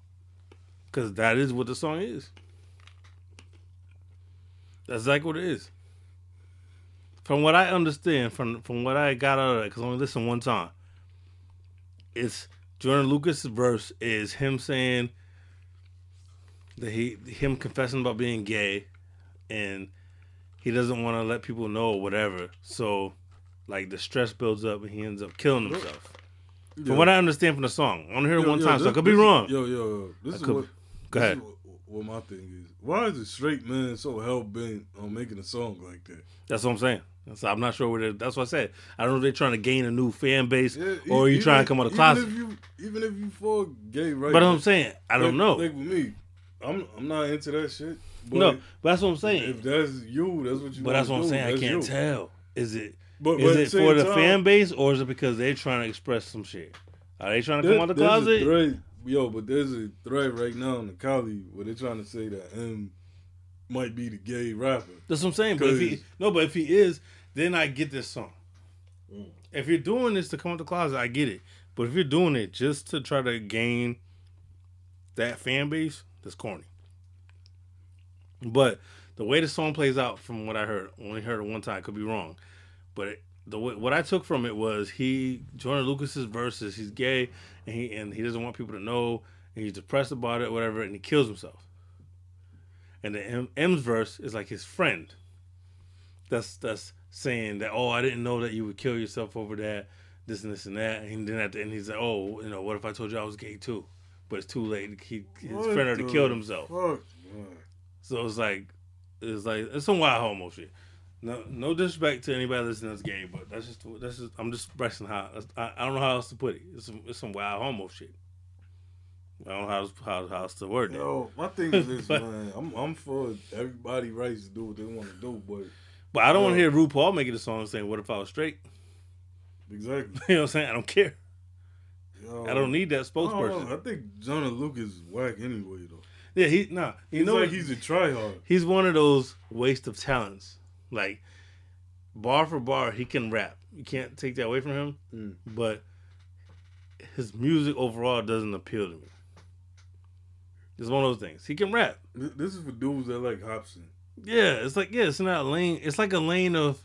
D: Because that is what the song is. That's exactly what it is. From what I understand, from from what I got out of it, because I only listened one time, it's Jordan Lucas' verse is him saying that he him confessing about being gay, and he doesn't want to let people know or whatever. So, like the stress builds up, and he ends up killing himself. From what I understand from the song, I only heard it
C: Yo,
D: one
C: yo,
D: time, so I
C: this-
D: could be
C: this is-
D: wrong.
C: Yo, yo, yo. This
D: I
C: is
D: could-
C: what.
D: Go
C: this
D: ahead.
C: is wh- What my thing is. Why is a straight man so hell bent on making a song like that?
D: That's what I'm saying. So I'm not sure where. they're- That's what I said. I don't know if they're trying to gain a new fan base
C: Yeah, e-
D: or are you trying
C: even-
D: to come out of the
C: Even
D: closet.
C: if you, even if you for gay, right?
D: But I'm saying I don't
C: like,
D: know.
C: Like with me, I'm I'm not into that shit. But
D: no, but that's what I'm
C: If
D: saying.
C: that's you, that's what you.
D: But
C: wanna
D: that's what I'm
C: do,
D: saying. I
C: that's
D: can't
C: you.
D: tell. Is it?
C: But-
D: is
C: but at
D: it
C: the
D: for
C: same
D: the
C: time-
D: fan base or is it because they're trying to express some shit? Are they trying to come out of the
C: There- there's a
D: closet?
C: thread- yo, but there's a thread right now in the Cali where they're trying to say that M might be the gay rapper.
D: That's what I'm saying. But if he
C: 'Cause-
D: no, but if he is, then I get this song. If you're doing this to come out the closet, I get it. But if you're doing it just to try to gain that fan base, that's corny. But the way the song plays out, from what I heard, only heard it one time, could be wrong. But it, the way, what I took from it was he Jordan Lucas's verses. He's gay and he and he doesn't want people to know. And he's depressed about it, whatever, and he kills himself. And the M, M's verse is like his friend. That's that's saying that oh I didn't know that you would kill yourself over that this and this and that. And then at the end he's like oh you know what if I told you I was gay too, but it's too late. He, his
C: What
D: friend already
C: the
D: killed himself.
C: Fuck. man.
D: So it's like, it's like it's some wild homo shit. No, no disrespect to anybody listening to this game, but that's just that's just I'm just expressing how I, I don't know how else to put it. It's some, it's some wild homo shit. I don't know how to- how how else to word that.
C: Yo, my thing is this, man. I'm I'm for everybody rights to do what they want to do, but
D: But I don't want to
C: Yo.
D: hear RuPaul making a song saying, "What if I was straight?"
C: exactly.
D: You know what I'm saying? I don't care.
C: Yo,
D: I don't need that
C: I don't know.
D: spokesperson.
C: I think Jonah Luke is whack anyway, though.
D: Yeah, he nah. You
C: He's
D: know
C: like
D: what?
C: he's a tryhard.
D: he's one of those waste of talents. Like bar for bar, he can rap. You can't take that away from him.
C: Mm.
D: But his music overall doesn't appeal to me. It's one of those things. He can rap.
C: Th- This is for dudes that like Hobson.
D: Yeah, it's like yeah, it's not lane. It's like a lane of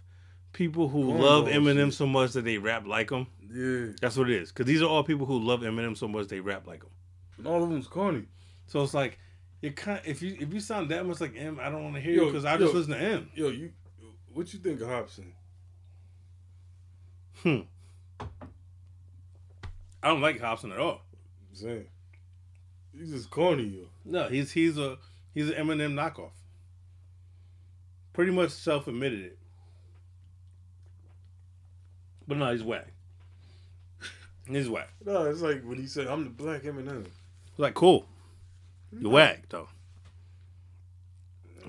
D: people who
C: Cornball
D: love Eminem
C: shit.
D: so much that they rap like him.
C: Yeah,
D: That's what it is. Because these are all people who love Eminem so much they rap like him.
C: and all of them's corny.
D: So it's like you kind if you if you sound that much like M, I don't want to hear you
C: Yo,
D: because I just
C: yo.
D: listen to M.
C: Yo, you, what you think of Hobson?
D: I don't like Hobson at all.
C: I'm saying he's just corny, yo.
D: No, he's he's a he's an Eminem knockoff. Pretty much self admitted it. But no, he's whack. He's whack.
C: No, it's like when he said, "I'm the black Eminem."
D: Like cool. You whack though.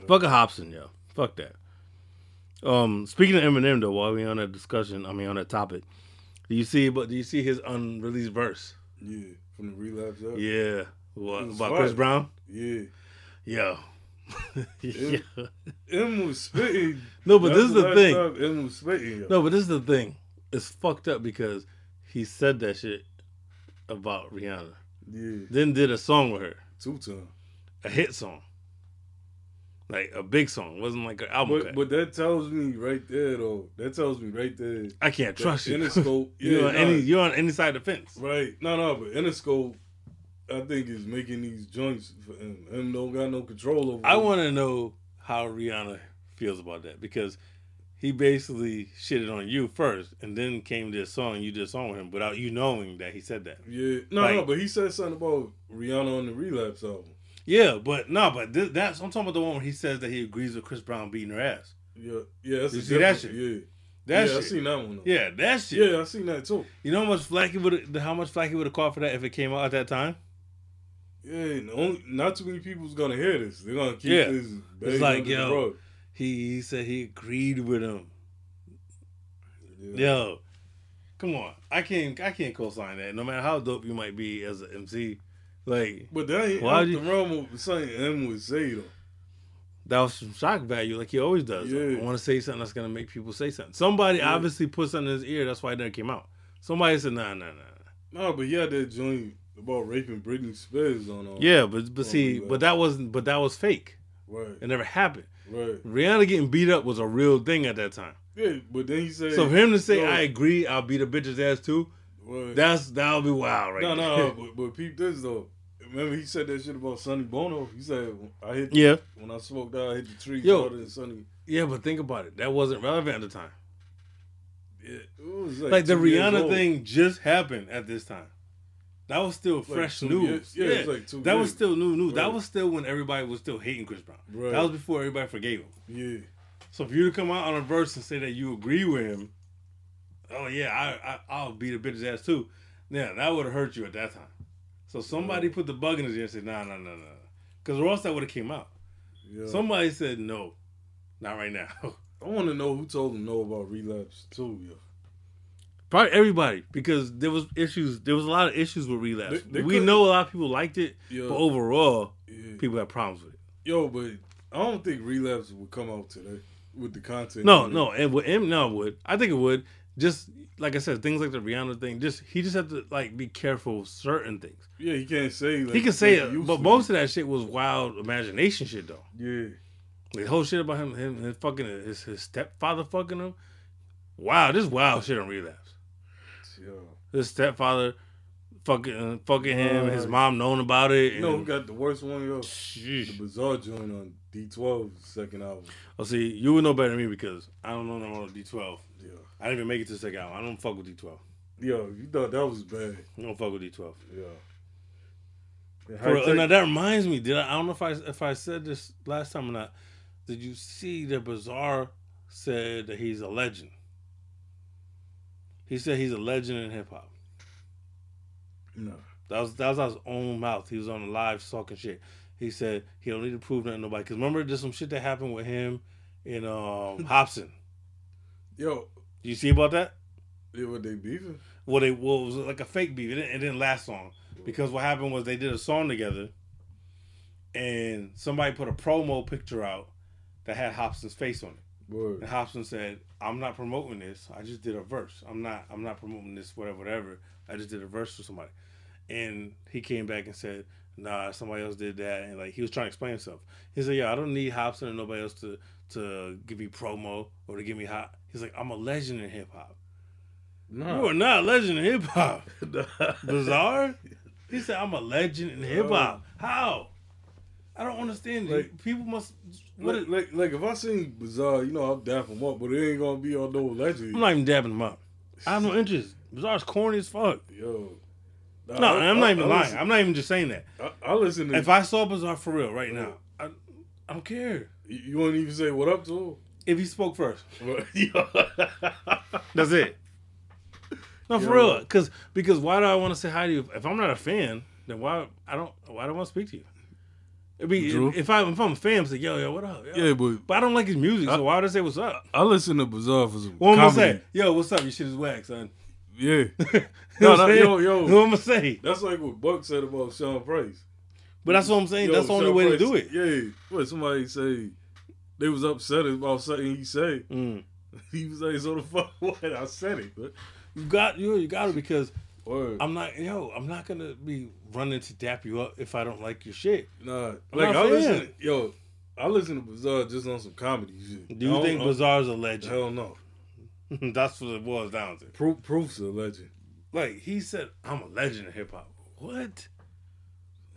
D: Fuck a Hobson, yo. Fuck that. Um, speaking of Eminem though, while we on that discussion, I mean on that topic, do you see? But do you see his unreleased verse?
C: Yeah, from the relapse. Up.
D: Yeah, what
C: was
D: about
C: fire.
D: Chris Brown?
C: yeah.
D: Yo, yeah.
C: M was spitting.
D: No, but this is the
C: last
D: thing.
C: time M was spitting. Yo.
D: No, but this is the thing. It's fucked up because he said that shit about Rihanna,
C: Yeah,
D: then did a song with her,
C: two time.
D: a hit song, like a big song. wasn't like an album
C: But
D: cut.
C: but that tells me right there though. That tells me right there.
D: I can't trust you.
C: Interscope. Yeah,
D: you're, on
C: nah,
D: any, you're on any side of the fence.
C: right. No, no, but Interscope, I think is making these joints for him. Him don't got no control over.
D: I
C: it.
D: want to know how Rihanna feels about that because he basically shitted on you first and then came to this song. You did a song with him without you knowing that he said that.
C: Yeah, no,
D: Like-
C: no, but he said something about Rihanna on the Relapse album.
D: Yeah, but no, but this, that's I'm talking about the one where he says that he agrees with Chris Brown beating her ass.
C: Yeah, yeah, that's
D: You
C: a
D: see that
C: different- Yeah,
D: That
C: yeah, I
D: shit.
C: seen that one. Though.
D: Yeah, that shit.
C: yeah, I seen that too.
D: You know how much flack he would how much flack he would have caught for that if it came out at that time?
C: Yeah, and only not too many people's gonna hear this. They're gonna keep
D: Yeah.
C: this. buried
D: like,
C: under the
D: yo,
C: rug.
D: He, he said he agreed with him.
C: Yeah.
D: Yo, come on. I can't I can't co-sign that. No matter how dope you might be as an MC, like
C: But that ain't
D: Why
C: out
D: you-
C: the realm of something M would say though.
D: that was some shock value, like he always does.
C: Yeah.
D: I want to say something that's gonna make people say something. Somebody
C: Yeah.
D: obviously put something in his ear. That's why it never came out. Somebody said, "Nah, nah, nah."
C: No, but he had that joint about raping Britney Spears on. Um,
D: Yeah, but but
C: Oh,
D: see,
C: yeah.
D: but that wasn't. But that was fake. It
C: right,
D: never happened.
C: right.
D: Rihanna getting beat up was a real thing at that time.
C: Yeah, but then he said.
D: So for him to say,
C: yo,
D: "I agree, I'll beat a bitch's ass too,"
C: right.
D: that's that'll be wild, right?
C: no,
D: there.
C: no, but, but peep this though. Remember he said that shit about Sonny Bono. He said, "I hit
D: yeah,
C: when I smoked out, I hit the trees
D: Yo.
C: harder than Sonny."
D: yeah, but think about it. That wasn't relevant at the time.
C: Yeah, it was like,
D: Like the
C: two years
D: Rihanna
C: old.
D: thing just happened at this time. That was still fresh
C: two years-
D: news.
C: yeah, it's like two
D: that was
C: years.
D: still new news. That
C: Right.
D: was still when everybody was still hating Chris Brown.
C: Right.
D: That was before everybody forgave him.
C: Yeah,
D: So for you to come out on a verse and say that you agree with him, oh yeah, I, I I'll beat a bitch's ass too. Yeah, that would have hurt you at that time. So somebody put the bug in his ear and said, nah, nah, nah, nah. Because or else that would have came out.
C: yeah.
D: Somebody said no, not right now.
C: I want to know who told him no about relapse too. Yo.
D: Probably everybody because there was issues. There was a lot of issues with relapse.
C: They- they
D: we
C: couldn't-
D: know a lot of people liked it,
C: Yeah.
D: but overall,
C: Yeah.
D: people had problems with it.
C: Yo, but I don't think relapse would come out today with the content.
D: No,
C: on it.
D: no, it would. It, no, it would. I think it would. Just like I said, things like the Rihanna thing. Just he just had to like be careful of certain things.
C: Yeah, he can't say. Like,
D: He could say
C: like,
D: it, but
C: useless.
D: most of that shit was wild imagination shit though.
C: Yeah,
D: The whole shit about him, him, his fucking his, his stepfather fucking him. Wow, this wild shit on relapse.
C: yo.
D: His stepfather fucking fucking him. His
C: Right.
D: mom known about
C: You
D: it. And,
C: know who got the worst one, yo? The
D: Sheesh.
C: Bizarre joint on D12's second album.
D: Oh, see, you would know better than me because I don't know no more D twelve.
C: Yeah.
D: I didn't even make it to the second album. I don't fuck with D twelve.
C: Yo, you thought that was bad.
D: I don't fuck with D twelve.
C: Yeah. And
D: For,
C: high tech-
D: now that reminds me, did I? I don't know if I if I said this last time or not. Did you see that Bizarre said that he's a legend? He said he's a legend in hip hop.
C: no.
D: That was that was out his own mouth. He was on the live talking shit. He said he don't need to prove nothing to nobody. Cause remember, there's some shit that happened with him and um Hobson.
C: Yo,
D: Do you see about that?
C: yeah, what they beefing?
D: Well, they well, it was like a fake beef. It didn't, it didn't last long because what happened was they did a song together, and somebody put a promo picture out that had Hobson's face on it. And
C: Word.
D: Hobson said, "I'm not promoting this. I just did a verse. I'm not. I'm not promoting this. Whatever, whatever. I just did a verse for somebody." And he came back and said, "Nah, somebody else did that." And like he was trying to explain himself. He said, "Yeah, I don't need Hobson or nobody else to to give me promo or to give me hot." He's like, "I'm a legend in hip hop. You are
C: Nah.
D: not a legend in hip hop.
C: Nah.
D: Bizarre." He said, "I'm a legend in hip hop. How? I don't understand. it.
C: Like-
D: People must. What?
C: Like, like, like, if I seen Bizarre, you know, I'll dap him up, but it ain't gonna be on no legend.
D: I'm not even dabbing them up. I have no interest. Bizarre's corny as fuck."
C: Yo. Nah,
D: No,
C: I-
D: I'm not
C: I-
D: even
C: I
D: lying.
C: Oh, listen-
D: I'm not even just saying that.
C: I, I listen to
D: If I saw Bizarre for real right now, I, I don't care.
C: you, you wouldn't even say what up to
D: If he spoke first,
C: him. But-
D: that's it. No, for
C: Yo.
D: real. Because because why do I want to say hi to you? If I'm not a fan, then why I don't why do I want to speak to you? It'd be,
C: True.
D: if I if I'm a fan, I'm like yo yo what up? Yo.
C: yeah, but
D: But I don't like his music, so why would I say what's up?
C: I listen to Bizarre for some
D: What am I gonna
C: comedy.
D: say? Yo, what's up? Your shit is whack, son.
C: Yeah,
D: You
C: No,
D: know what
C: no,
D: I'm saying?
C: yo, yo.
D: What am I gonna say?
C: that's like what Buck said about Sean Price.
D: But that's what I'm saying.
C: Yo,
D: that's the only
C: Sean
D: way to
C: Price-
D: do it.
C: Yeah, what somebody say they was upset about something he said.
D: Mm.
C: He was like, "So the fuck what?" I said it, but
D: You got you. You got it because
C: word,
D: I'm not yo. I'm not gonna be running to dap you up if I don't like your shit.
C: nah. Like
D: not
C: I
D: a
C: listen,
D: fan.
C: to, yo, I listen to Bizarre just on some comedy shit.
D: Do you think Bizarre's a legend?
C: Hell no.
D: That's what it boils down to.
C: Proof, proof's a legend.
D: Like he said, I'm a legend in hip hop. What?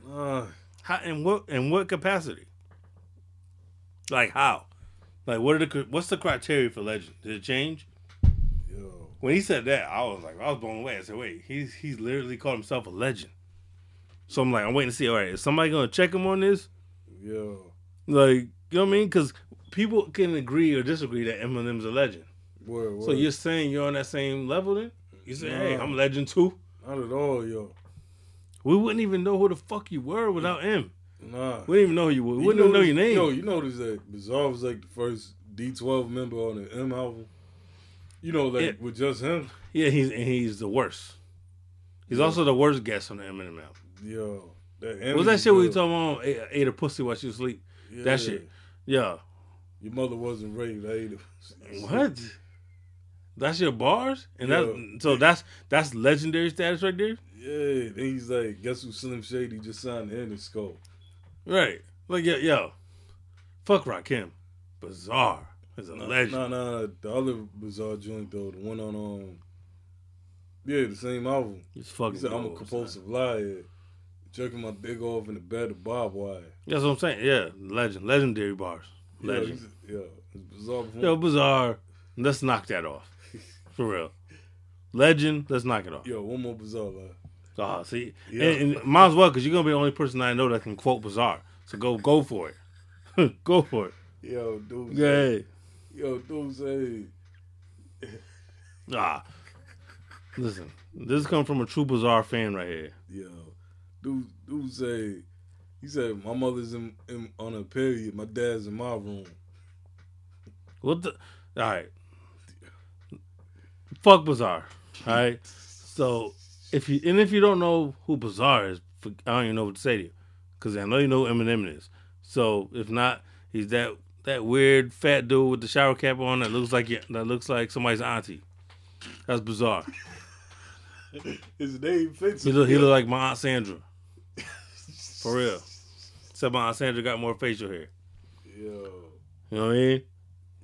C: Nah,
D: How? In what? In what capacity? Like how? Like what are the? What's the criteria for legend? Did it change?
C: yo,
D: When he said that, I was like, I was blown away. I said, wait, he's he's literally called himself a legend. So I'm like, I'm waiting to see. All right, is somebody gonna check him on this?
C: yo,
D: Like, you know what I mean? Because people can agree or disagree that Eminem's a legend.
C: word, word.
D: So you're saying you're on that same level then? You say, hey,
C: No.
D: I'm legend too.
C: not at all, yo.
D: We wouldn't even know who the fuck you were without him.
C: Nah,
D: We didn't even know who you were. We
C: You
D: wouldn't even know
C: notice-
D: your name.
C: Yo, you notice that Bizarre was like the first D12 member on the M album. You know, like
D: Yeah.
C: with just him.
D: yeah, he's and he's the worst. He's also the worst guest on the Eminem album.
C: Yo, that
D: What was that shit we talking about? Ate, ate a pussy while she was asleep. That shit. Yeah.
C: Your mother wasn't raped. I ate it.
D: What? That's your bars? And
C: Yo.
D: that's so that's that's legendary status right there?
C: Yeah. Then he's like, guess who Slim Shady just signed the Interscope?
D: Right. Like yo, yo. Fuck Rakim. Bizarre. Is a legend.
C: Nah, nah. The other Bizarre joint though, the one on um, yeah, the same album.
D: It's
C: He
D: fucking.
C: said, I'm a
D: gross, man.
C: compulsive liar. Jerking my dick off in the bed of barbed wire.
D: That's what I'm saying. Yeah, legend, legendary bars, legend.
C: Yeah, it's bizarre.
D: Yo, bizarre. Let's knock that off, for real. Legend. Let's knock it off.
C: Yo, one more bizarre lie.
D: Ah, see,
C: Yeah.
D: and, and might as well because you're gonna be the only person I know that can quote bizarre. So go, go for it. go for it.
C: Yo, dude. said-
D: Yeah.
C: Yo, dude say
D: Ah. Listen, this comes from a true bizarre fan right here.
C: yo, dude dude say he said my mother's in, in on a period, my dad's in my room.
D: What the? All right. Fuck Bizarre. All right. So if you and if you don't know who Bizarre is, for- I don't even know what to say to you, because I know you know who Eminem is. So if not, he's that that weird fat dude with the shower cap on that looks like your, that looks like somebody's auntie. That's Bizarre.
C: His name fits
D: He
C: it.
D: look he look like my aunt Sandra. For real. Except my aunt Sandra got more facial hair.
C: Yo.
D: You know what I mean?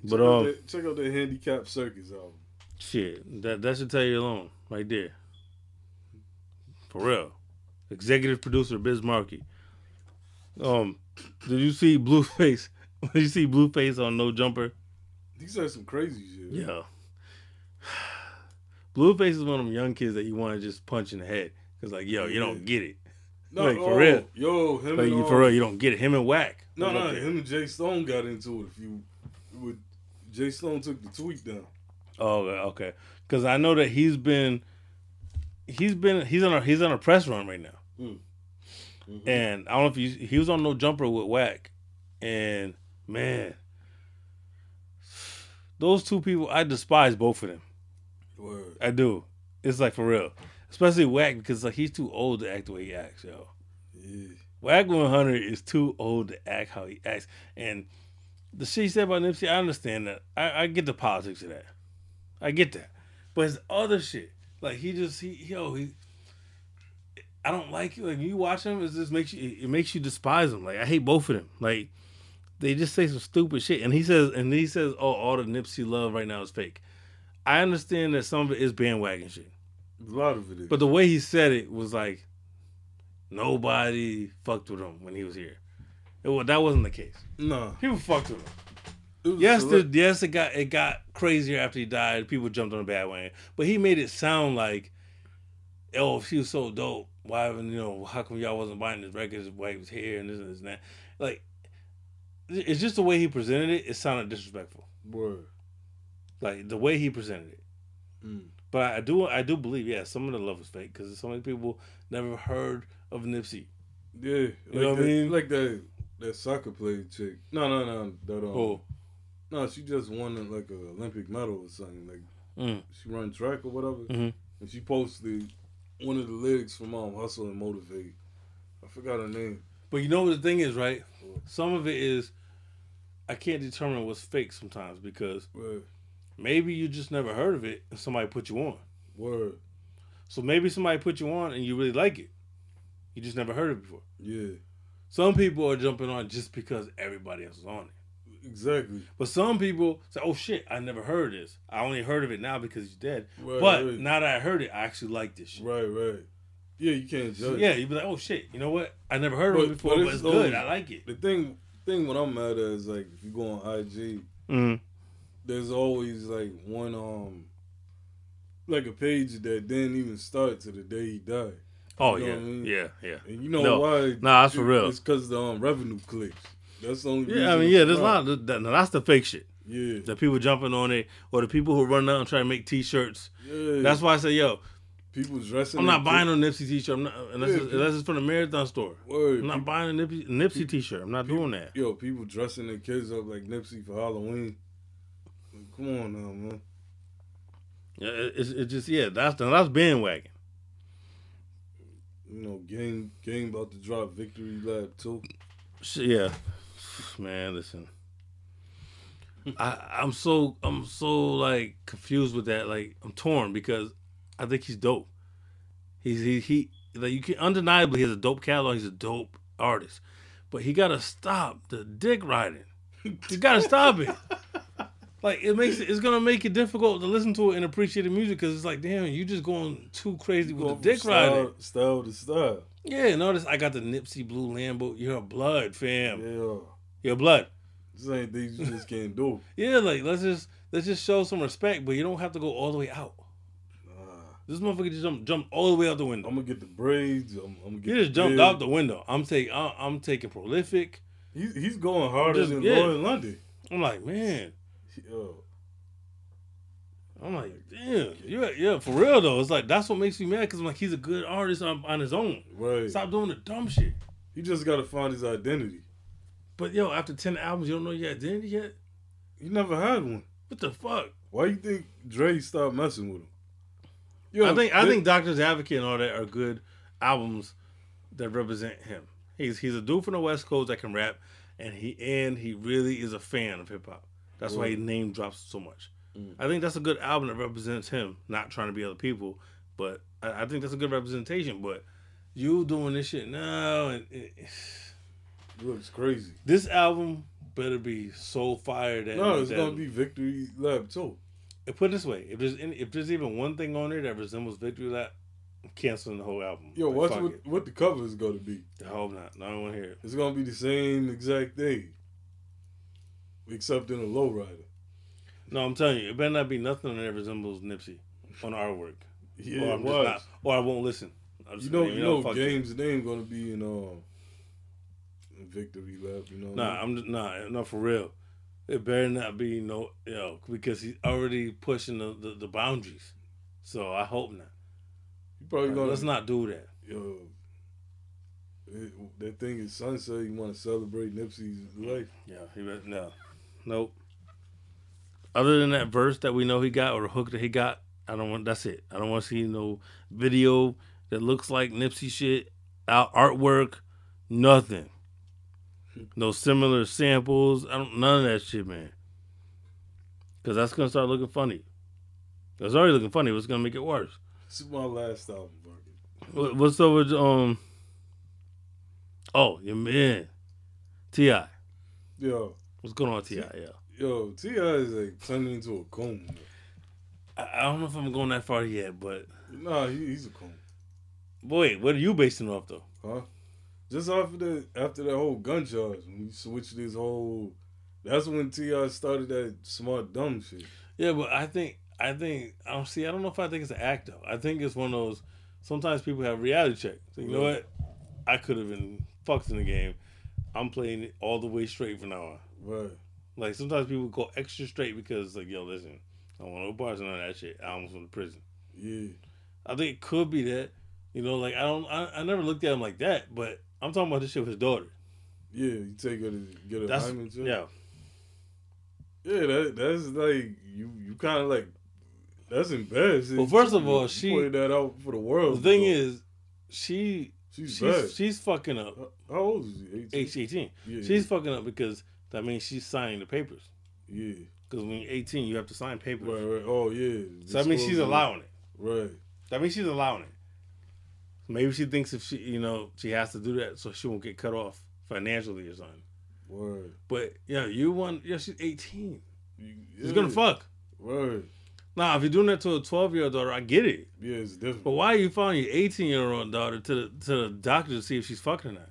D: But
C: check, out
D: um,
C: that, check out the handicap circus album.
D: Shit, that that should tell you alone right there. For real, executive producer Biz Markie. Um, did you see Blueface? Did you see Blueface on No Jumper?
C: He said some crazy shit.
D: Yeah. Blueface is one of them young kids that you want to just punch in the head because, like, yo, you don't get it.
C: No,
D: Like, for
C: oh,
D: real.
C: Yo, him
D: Like,
C: and
D: you,
C: um,
D: for real, you don't get it. Him and Whack.
C: No,
D: I'm
C: no,
D: up there.
C: him and Jay Stone got into it if you with Jay Stone took the tweet down.
D: Oh, okay, okay. Because I know that he's been he's been he's on a he's on a press run right now,
C: Mm.
D: and I don't know if you he was on no jumper with Whack, and man, those two people I despise both of them.
C: Word.
D: I do. It's like for real, especially Whack because like he's too old to act the way he acts, yo.
C: Yeah.
D: Wag 100 is too old to act how he acts. And the shit he said about Nipsey, I understand that. I, I get the politics of that. I get that. But his other shit, like he just he yo he, I don't like it. Like you watch him, it just makes you it, it makes you despise him. Like I hate both of them. Like they just say some stupid shit. And he says and he says, oh, all the Nipsey love right now is fake. I understand that some of it is bandwagon shit.
C: A lot of it is.
D: But the way he said it was like nobody fucked with him when he was here. It, wa- that wasn't the case.
C: nah.
D: People fucked with him.
C: It was
D: Yes,
C: a
D: the,
C: select-
D: yes, it got it got crazier after he died. People jumped on the bandwagon, but he made it sound like, "Oh, if she was so dope, why haven't you know? How come y'all wasn't buying his records? Why he was here and this and this and that?" Like, it's just the way he presented it. It sounded disrespectful,
C: Word.
D: like the way he presented it.
C: Mm.
D: But I do, I do believe, yeah, some of the love is fake because so many people never heard of Nipsey.
C: Yeah. Like
D: know what I
C: that-
D: mean?
C: Like that, that soccer player chick. No, no, no. That, um,
D: Oh,
C: No, she just won like an Olympic medal or something. Like
D: Mm.
C: she run track or whatever,
D: Mhm.
C: and she posted one of the lyrics from um, "Hustle and Motivate." I forgot her name.
D: but you know what the thing is, right? Some of it is I can't determine what's fake sometimes because
C: Word,
D: maybe you just never heard of it and somebody put you on.
C: word,
D: So maybe somebody put you on and you really like it. You just never heard it before.
C: yeah,
D: Some people are jumping on just because everybody else is on it.
C: exactly.
D: But some people say, "Oh shit, I never heard this. I only heard of it now because he's dead."
C: Right,
D: but
C: right.
D: now that I heard it, I actually like this shit.
C: Right, right. Yeah, you can't
D: So
C: judge.
D: yeah, you'd be like, "Oh shit, you know what? I never heard
C: But-
D: of it before,
C: but
D: but,
C: it's
D: it's good.
C: those-
D: I like it."
C: The thing, thing, what I'm mad at is like if you go on IG,
D: Mm.
C: there's always like one um, like a page that didn't even start to the day he died.
D: Oh
C: You know
D: yeah,
C: what I mean?
D: yeah, yeah.
C: And you know
D: No.
C: why?
D: Nah, that's for real.
C: It's because the um, revenue clips. That's the only.
D: Yeah, I
C: reason
D: mean,
C: it's
D: yeah, there's a
C: not.
D: lot. Of, that, now that's the fake shit.
C: Yeah,
D: The people jumping on it, or the people who run out and try to make T-shirts.
C: yeah.
D: That's why I say, yo,
C: people dressing.
D: I'm
C: in
D: not buying
C: cl-
D: no Nipsey T-shirt I'm not, unless,
C: Yeah,
D: it's,
C: people-
D: unless it's from the marathon store.
C: Word.
D: I'm not
C: people,
D: buying a Nipsey, Nipsey T-shirt. I'm not doing that.
C: yo, people dressing their kids up like Nipsey for Halloween. Like, come on now, man.
D: Yeah, it- It's, it's just yeah, that's now that's bandwagon.
C: You know, game game about to drop Victory Lab too.
D: Shit, Yeah, man, listen. I, I'm so I'm so like confused with that. Like I'm torn because I think he's dope. He's he he like you can undeniably he has a dope catalog. He's a dope artist, but he gotta stop the dick riding. He's gotta stop it. Like it makes it, it's gonna make it difficult to listen to it and appreciate the music because it's like damn you just going too crazy
C: Going
D: with
C: from
D: the dick
C: style,
D: riding.
C: style to style.
D: Yeah, notice I got the Nipsey Blue Lambo. You're a blood fam.
C: Yeah,
D: You're blood.
C: this ain't things you just can't do.
D: Yeah, like let's just let's just show some respect, but you don't have to go all the way out. This motherfucker just jumped jumped all the way out the window.
C: I'm gonna get the braids. I'm, I'm gonna
D: he
C: get.
D: just
C: the
D: jumped
C: beard.
D: out the window. I'm taking I'm, I'm taking prolific.
C: He's, he's going harder
D: Just-
C: than
D: yeah.
C: Lauren London.
D: I'm like man.
C: Yo,
D: I'm like damn. Yeah, yeah, for real though. It's like that's what makes me mad because I'm like he's a good artist on, on his own.
C: right.
D: Stop doing the dumb shit.
C: He just gotta find his identity.
D: But yo, after ten albums, you don't know your identity yet.
C: He never had one.
D: What the fuck?
C: Why you think Dre stopped messing with him? Yo,
D: I think I
C: thi-
D: think Doctor's Advocate and all that are good albums that represent him. He's he's a dude from the West Coast that can rap, and he and he really is a fan of hip hop. That's why he name drops so much.
C: Mm.
D: I think that's a good album that represents him, not trying to be other people, but I, I think that's a good representation. But you doing this shit now, and it,
C: looks crazy.
D: this album better be so fire that
C: No, it's
D: that-
C: gonna be Victory Lab too.
D: Put it this way: if there's any, if there's even one thing on there that resembles Victory Lap, I'm canceling the whole album.
C: Yo,
D: Like,
C: watch
D: fuck
C: what
D: it.
C: what the cover is gonna be.
D: I hope not. No, I don't want to hear it.
C: It's gonna be the same exact thing, except in a lowrider.
D: No, I'm telling you, it better not be nothing that resembles Nipsey on artwork.
C: Yeah,
D: or,
C: it
D: I'm
C: was.
D: Just not, or I won't listen. I'm
C: You
D: just
C: know,
D: gonna-
C: you know,
D: fuck it.
C: James' name gonna be in um in Victory Lab. You know, what
D: Nah,
C: I mean?
D: I'm just, nah, no, for real. It better not be no, yo, because he's already pushing the, the, the boundaries. So I hope not.
C: you probably gonna
D: Let's not do that.
C: Yo, it, that thing is sunset. You want to celebrate Nipsey's life?
D: Yeah, he was no, nope. Other than that verse that we know he got or the hook that he got, I don't want. That's it. I don't want to see no video that looks like Nipsey shit, out artwork, nothing. No similar samples. I don't none of that shit, man. Cause that's gonna start looking funny. It's already looking funny. What's gonna make it worse?
C: This is my last album, bro.
D: What- What's up with um? Oh, your man, Ti.
C: Yo,
D: What's going on, Ti? Yeah.
C: yo, Ti is like turning into a coon.
D: I I don't know if I'm going that far yet, but
C: Nah, he, he's a coon,
D: boy, what are you basing it off though?
C: huh? Just after that, after that whole gun charge, when we switched this whole. That's when Ti started that smart dumb shit.
D: Yeah, but I think I think I don't see. I don't know if I think it's an act though. I think it's one of those. Sometimes people have reality check. So you know what? I could have been fucked in the game. I'm playing it all the way straight from now on.
C: Right.
D: Like sometimes people go extra straight because like yo, listen, I don't want no bars and none of that shit. I almost went to prison.
C: Yeah.
D: I think it could be that. You know, like I don't. I, I never looked at him like that, but I'm talking about this shit with his daughter.
C: Yeah. You take her to get a
D: That's
C: diamond check.
D: yeah.
C: Yeah. That that's like you. You kind of like. That's embarrassing.
D: Well, first of
C: You-
D: all,
C: you
D: she-
C: pointed that out for the world.
D: The thing
C: though.
D: is, she
C: she's, bad.
D: she's, she's fucking up.
C: How- How old is she? 18?
D: Age 18.
C: Oh, Yeah.
D: She's fucking up because that means she's signing the papers.
C: Yeah.
D: Because when you're 18, you have to sign papers.
C: Right, right. Oh, yeah.
D: So that means she's
C: Disclosure.
D: allowing it.
C: Right.
D: That means she's allowing it. Maybe she thinks if she, you know, she has to do that so she won't get cut off financially or something.
C: Word.
D: But yeah, you want, yeah, she's 18.
C: You-
D: She's
C: yeah.
D: gonna fuck.
C: Word.
D: Now, if you're doing that to a 12 year old daughter, I get it.
C: Yeah, it's different.
D: But why are you following your 18 year old daughter to the, to the doctor to see if she's fucking or not?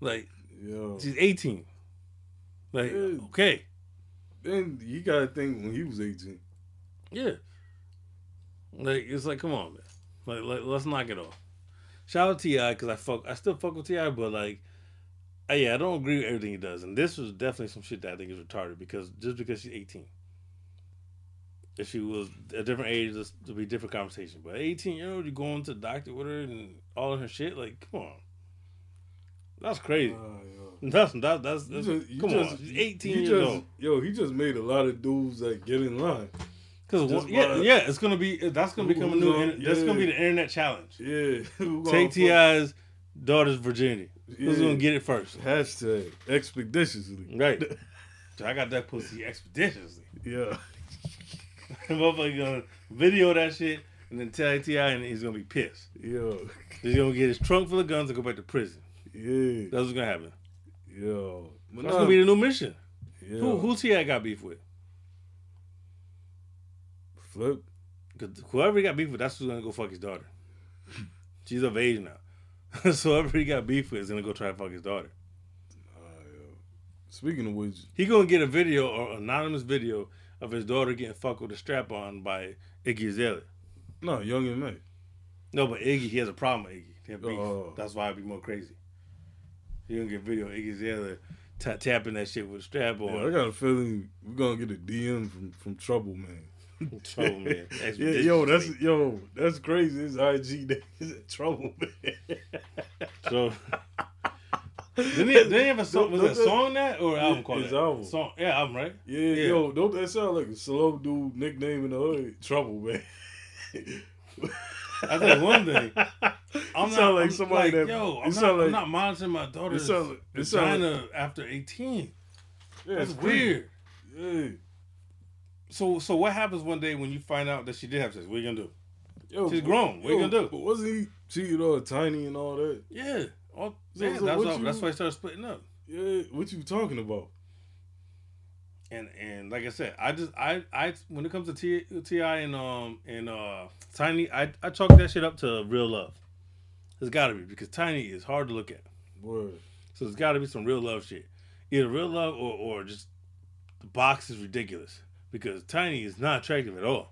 D: Like,
C: Yo.
D: she's 18. Like,
C: Yeah.
D: okay.
C: Then you gotta think when he was 18.
D: Yeah. Like it's like, come on, man. Like, like let's knock it off. Shout out to Ti because I fuck, I still fuck with Ti, but like, I, yeah, I don't agree with everything he does, and this was definitely some shit that I think is retarded because just because she's eighteen, if she was a different age, this would be a different conversation. But eighteen year old, you going to the doctor with her and all of her shit, like, come on, that's crazy.
C: Ah, yo.
D: That's that's that's, that's
C: You just- you
D: come on,
C: just-
D: she's
C: you-
D: eighteen
C: you
D: years
C: just-
D: old.
C: Yo, he just made a lot of dudes like get in line.
D: Cause
C: Just
D: one, yeah,
C: by-
D: yeah, it's gonna be that's gonna become a
C: Who's
D: new.
C: on-
D: inter- That's gonna be
C: yeah.
D: the internet challenge.
C: Yeah. Who gonna
D: Take
C: fuck-
D: Ti's daughter's virginity. Who's
C: Yeah.
D: gonna get it first?
C: Hashtag expeditiously.
D: Right. So I got that pussy expeditiously.
C: Yeah.
D: Motherfucker gonna video that shit and then tell Ti, and he's gonna be pissed.
C: Yo.
D: He's gonna get his trunk full of guns and go back to prison.
C: Yeah.
D: That's what's gonna happen.
C: Yo.
D: That's gonna be the new mission.
C: yeah.
D: Who who Ti got beef with?
C: Flip.
D: 'Cause whoever he got beef with, that's who's gonna go fuck his daughter. She's of age now, so whoever he got beef with is gonna go try to fuck his daughter.
C: Speaking of which,
D: He gonna get a video or anonymous video of his daughter getting fucked with a strap on by Iggy Azalea.
C: no, Young and May.
D: No, but Iggy, he has a problem with Iggy. They have beef.
C: Oh.
D: That's why it'd be more crazy. He gonna get video of Iggy Azalea ta tapping that shit with a strap on.
C: Yeah, I got a feeling we're gonna get a DM from from Trouble Man.
D: Trouble, man.
C: Yeah, yo, that's yo, that's crazy. It's IG day. It's in trouble, man.
D: so. didn't, he, didn't he have a song? Was
C: Don't-
D: it a
C: don't-
D: song that or album called
C: his
D: that?
C: album.
D: Song, yeah, album, right?
C: Yeah, yo, don't that sound like a slow dude nickname in the hood? Trouble, man.
D: I think one thing. I'm
C: sound
D: not
C: like
D: I'm
C: somebody that- it
D: yo. I'm not,
C: sound
D: I'm
C: like-
D: not monitoring my daughter's
C: sound like- it sound
D: vagina after 18.
C: Yeah,
D: That's
C: it's
D: weird.
C: creepy. Yeah,
D: So so what happens one day when you find out that she did have sex? What are you gonna do?
C: yo,
D: She's grown. What you gonna do?
C: But wasn't he cheated on Tiny and all that?
D: Yeah. All,
C: So-
D: yeah,
C: so
D: Oh, that's,
C: what
D: all-
C: you-
D: that's why I started splitting up.
C: Yeah, what you talking about?
D: And and like I said, I just I I when it comes to T- Ti and um and uh Tiny, I I chalk that shit up to real love. It's got to be because Tiny is hard to look at.
C: Word.
D: So it's got to be some real love shit, either real love or or just the box is ridiculous because Tiny is not attractive at all.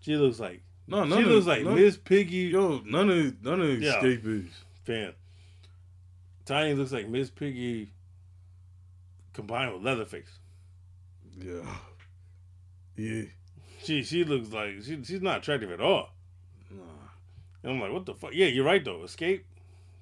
D: She looks like
C: No, none
D: she
C: of
D: looks
C: the-
D: like
C: none-
D: Miss Piggy
C: Yo, none of none of
D: Yeah.
C: escapees.
D: Fam. Tiny looks like Miss Piggy combined with Leatherface.
C: Yeah, yeah.
D: She she looks like she she's not attractive at all. And I'm like, what the fuck? Yeah, you're right though. Escape.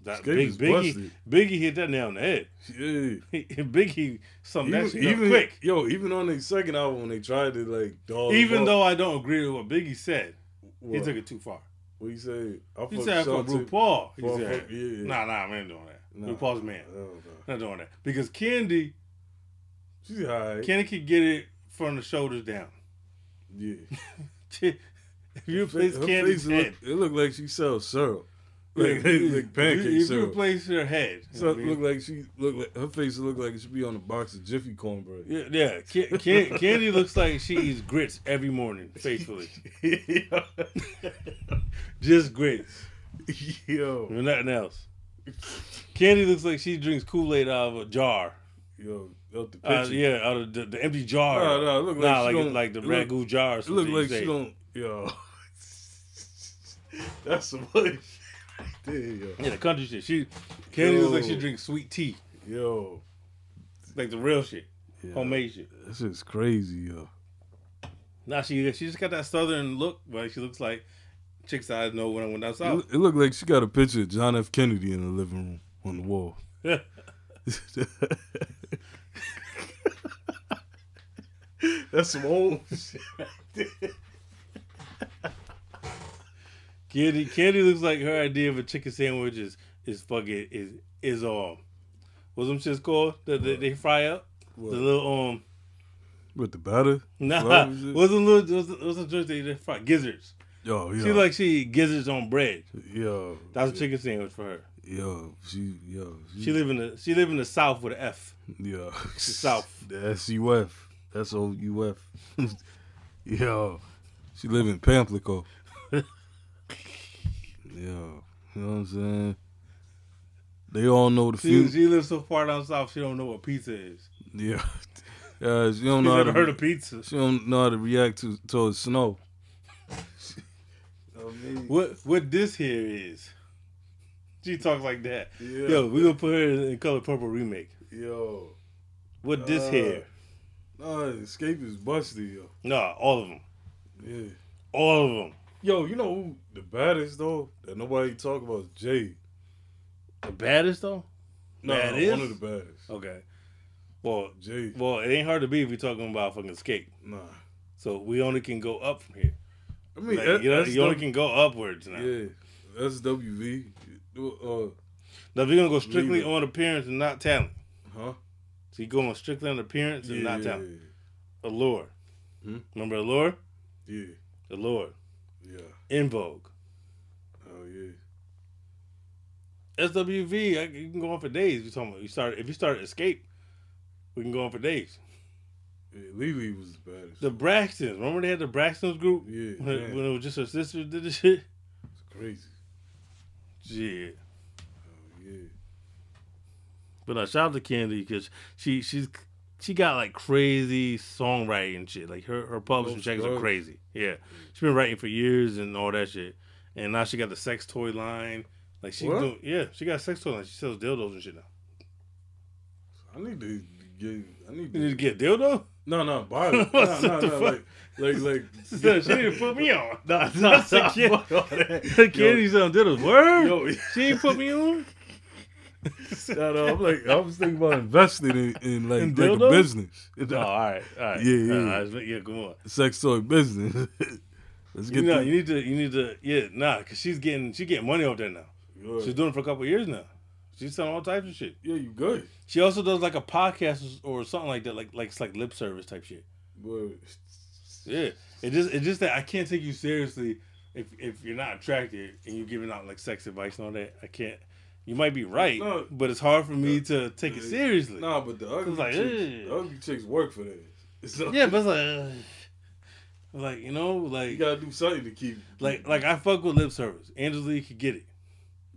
D: That
C: Escape
D: big
C: is
D: Biggie
C: busted.
D: Biggie hit that nail on the head.
C: Yeah.
D: Biggie something
C: Even,
D: that shit up
C: even-
D: quick.
C: yo, even on their second album, when they tried to like dog. him
D: Even
C: up,
D: though I don't agree with what Biggie said,
C: Oh, what,
D: he took it too far.
C: What you say? I
D: He
C: fuck
D: said for
C: Sean too.
D: RuPaul. He
C: Fuck-
D: said,
C: fuck- yeah, yeah.
D: Nah, nah, we ain't doing that.
C: Nah. Oh,
D: RuPaul's man.
C: Hell no.
D: Not doing that. Because Candy
C: She's alright.
D: Candy could get it from the shoulders down.
C: Yeah.
D: if you replace
C: Her
D: Candy's
C: face look-
D: head.
C: it looked like she sells syrup. Like, like pancake
D: if you- if you
C: syrup.
D: replace her head.
C: so
D: I
C: it
D: mean,
C: looked like she looked like her face looked like it should be on a box of Jiffy cornbread.
D: yeah, yeah. Can, Can, Candy looks like she eats grits every morning, faithfully. Just grits,
C: yo,
D: nothing else. Candy looks like she drinks Kool Aid out of a jar.
C: yo, out the picture.
D: Uh, yeah, out of the, the empty jar.
C: No, no, it look like
D: nah,
C: she
D: like,
C: don't-
D: like the
C: it look-
D: ragu jar. or
C: It looked
D: something you
C: like she
D: say.
C: don't. Yo, that's some bullshit. Damn, yo.
D: Yeah, the country shit. She Candy looks like she
C: Yo.
D: drinks sweet tea,
C: yo,
D: like the real shit,
C: Yeah.
D: homemade shit.
C: this is crazy, yo.
D: Nah, she she just got that southern look, but she looks like chicks that I know when I went down
C: It,
D: south.
C: look- it looked like she got a picture of John F. Kennedy in the living room on the wall. That's some old shit.
D: Candy Candy looks like her idea of a chicken sandwich is is fucking is is all. What's them shits called that they, they fry up? The little um
C: with the batter.
D: nah,
C: Flowers
D: what's
C: and-
D: the little what's the, what's the drink they they fry gizzards?
C: Yo, yo,
D: She like she eat gizzards on bread.
C: yo,
D: That's a chicken sandwich for her.
C: yo, she, yo,
D: She live in the she live in the south with an F.
C: Yeah.
D: South.
C: The S-U-F. That's O-U-F. Yo. She live in Pamplico. Yo. You know what I'm saying? They all know the
D: She,
C: future.
D: she lives so far down south she don't know what pizza is.
C: Yeah. Yeah, she don't
D: She's
C: know how
D: never
C: to,
D: heard of pizza.
C: She don't know how to react to towards snow.
D: What what this here is? She talks like that.
C: Yeah.
D: Yo, we gonna put her in Color Purple remake.
C: Yo.
D: What this
C: Uh.
D: here?
C: Nah, escape is busted, yo.
D: Nah, all of them,
C: Yeah.
D: all of them.
C: Yo, you know who the baddest though that nobody talk about is Jade.
D: The baddest though.
C: No,
D: Baddest?
C: one of the baddest.
D: Okay. Well,
C: Jade.
D: well, it ain't hard to be if you're talking about fucking skate.
C: Nah.
D: So we only can go up from here.
C: I mean,
D: Like, you, know,
C: that's
D: you only
C: the-
D: can go upwards now.
C: Yeah, SWV. Uh,
D: Now if you're gonna go strictly
C: Leave it.
D: on appearance and not talent,
C: uh, huh?
D: so you're going strictly on appearance and not
C: yeah,
D: talent. Allure. Remember Allure?
C: yeah,
D: Allure.
C: yeah.
D: In Vogue.
C: Oh yeah.
D: SWV, I, you can go on for days. You talking about you start if you start Escape, we can go on for days.
C: yeah Lily was the baddest.
D: The Braxtons, remember they had the Braxtons group?
C: Yeah,
D: when,
C: man.
D: when it was just her sisters did the shit.
C: It's crazy.
D: Yeah,
C: Oh yeah.
D: but I shout out to Candy because she she's she got like crazy songwriting shit. Like her her publishing
C: No
D: checks are
C: drugs.
D: crazy. Yeah, she's been writing for years and all that shit. And now she got the sex toy line. Like she
C: What?
D: do, yeah, she got a sex toy line. She sells dildos and shit now.
C: I need to get. I need
D: You need to
C: to.
D: get a dildo?
C: No, no, Bobby. no,
D: What
C: no,
D: the
C: no.
D: fuck?
C: Like, like, like.
D: she didn't put me on.
C: Nah, nah,
D: the
C: nah,
D: kid-
C: fuck all that.
D: The candy sound did a word.
C: Yo, yo.
D: She ain't put me on.
C: No, no, I'm like, I was thinking about investing in, in like,
D: In
C: like a
D: dildos?
C: business,
D: Oh, all right, all right.
C: Yeah, yeah.
D: All right, let's- yeah. Come on.
C: sex toy business. Let's
D: You
C: get
D: know,
C: the-
D: you need to, you need to, yeah, nah, cause she's getting, she getting money off that now.
C: Good.
D: She's doing it for a couple years now. She's selling all types of shit.
C: yeah, you good.
D: She also does like a podcast or something like that, like like it's like lip service type shit.
C: But
D: Yeah, it just it just that I can't take you seriously if if you're not attracted and you're giving out like sex advice and all that. I can't. You might be right,
C: No.
D: but it's hard for me to take it seriously.
C: nah, but the ugly,
D: It's like,
C: chicks,
D: eh.
C: the ugly chicks work for that. So
D: Yeah, but it's like, uh, like you know, like
C: you gotta do something to keep
D: like like I fuck with lip service. Angelique could get it,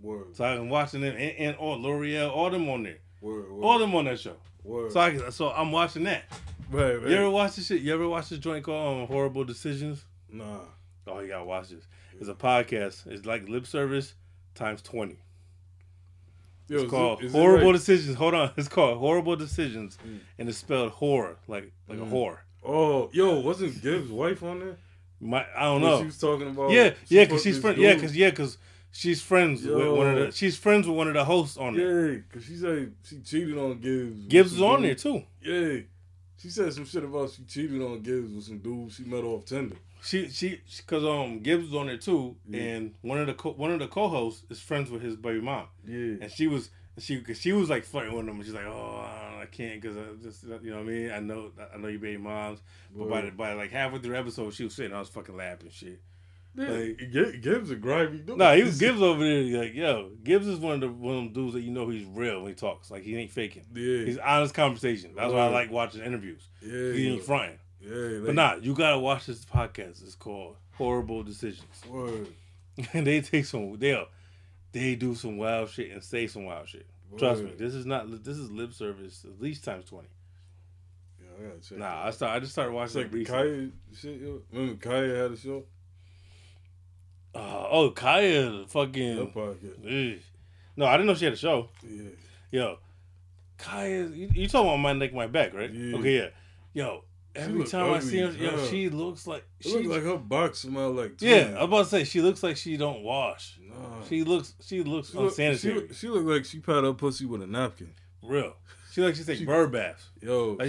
C: Word,
D: so I've been watching them and, and all L'Oreal, all them on there,
C: word, word,
D: all them on that show.
C: word.
D: So I can- so I'm watching that.
C: right, right.
D: You ever watch this shit? You ever watch this joint called um, Horrible Decisions?
C: nah,
D: Oh, you gotta watch this. It's a podcast. It's like lip service times twenty.
C: Yo,
D: It's
C: is it-
D: called
C: is it
D: Horrible
C: like- Mm.
D: Decisions. Hold on, it's called Horrible Decisions, and it's spelled horror, like like a whore.
C: oh, yo, wasn't Gibbs' wife on there?
D: My, I don't
C: When
D: know.
C: She was talking about.
D: yeah,
C: she
D: yeah,
C: fucked
D: because she's
C: this
D: friend. Yeah,
C: dude.
D: because yeah, because she's friends with one of
C: Yo.
D: the. She's friends with one of the hosts on it.
C: Yeah, because she said she cheated on Gibbs. with
D: Gibbs
C: some
D: is on there
C: dude.
D: too.
C: Yeah. She said some shit about she cheated on Gibbs with some dude she met off Tinder.
D: She she because um Gibbs is on there too, and one of the co- one of the co-hosts is friends with his baby mom,
C: Yeah.
D: and she was she cause she was like flirting with him, and she's like, oh, I, don't- I can't because I just you know what I mean. I know I know your baby moms, but by the, by like halfway through the episode, she was sitting, I was fucking laughing shit. Like-
C: Like, Gi- Gibbs a grimy dude.
D: No, he was Gibbs over there. Like, yo, Gibbs is one of the one of them dudes that you know he's real when he talks. Like, he ain't faking.
C: Yeah.
D: he's honest conversation. That's why I
C: Right.
D: like watching interviews.
C: Yeah.
D: He ain't fronting.
C: Yeah. Like,
D: But nah, you gotta watch this podcast. It's called Horrible Decisions,
C: Word.
D: and they take some. They they do some wild shit and say some wild shit. Trust me,
C: Word.
D: this is not this is lip service at least times twenty.
C: Yeah, I gotta check.
D: Nah,
C: that.
D: I start I just started
C: It's
D: watching
C: like
D: it
C: the
D: recently.
C: Kaya shit, yo. Remember Kaya had a show?
D: Uh, oh, Kaya, fucking.
C: That podcast.
D: Ugh. No, I didn't know she had a show.
C: Yeah.
D: Yo, Kaya, you, you talking about my neck, my back, right?
C: Yeah.
D: Okay, yeah. Yo, every
C: look
D: time I see her,
C: ugly,
D: yo,
C: huh?
D: she looks like
C: It
D: she.
C: looked like her box smelled like.
D: yeah,
C: tuna.
D: I was about to say she looks like she don't wash.
C: Nah.
D: She looks, she looks
C: She look-
D: unsanitary.
C: She, look- she looked like she patted her pussy with a napkin.
D: real. She like she take bird baths.
C: Yo.
D: Like,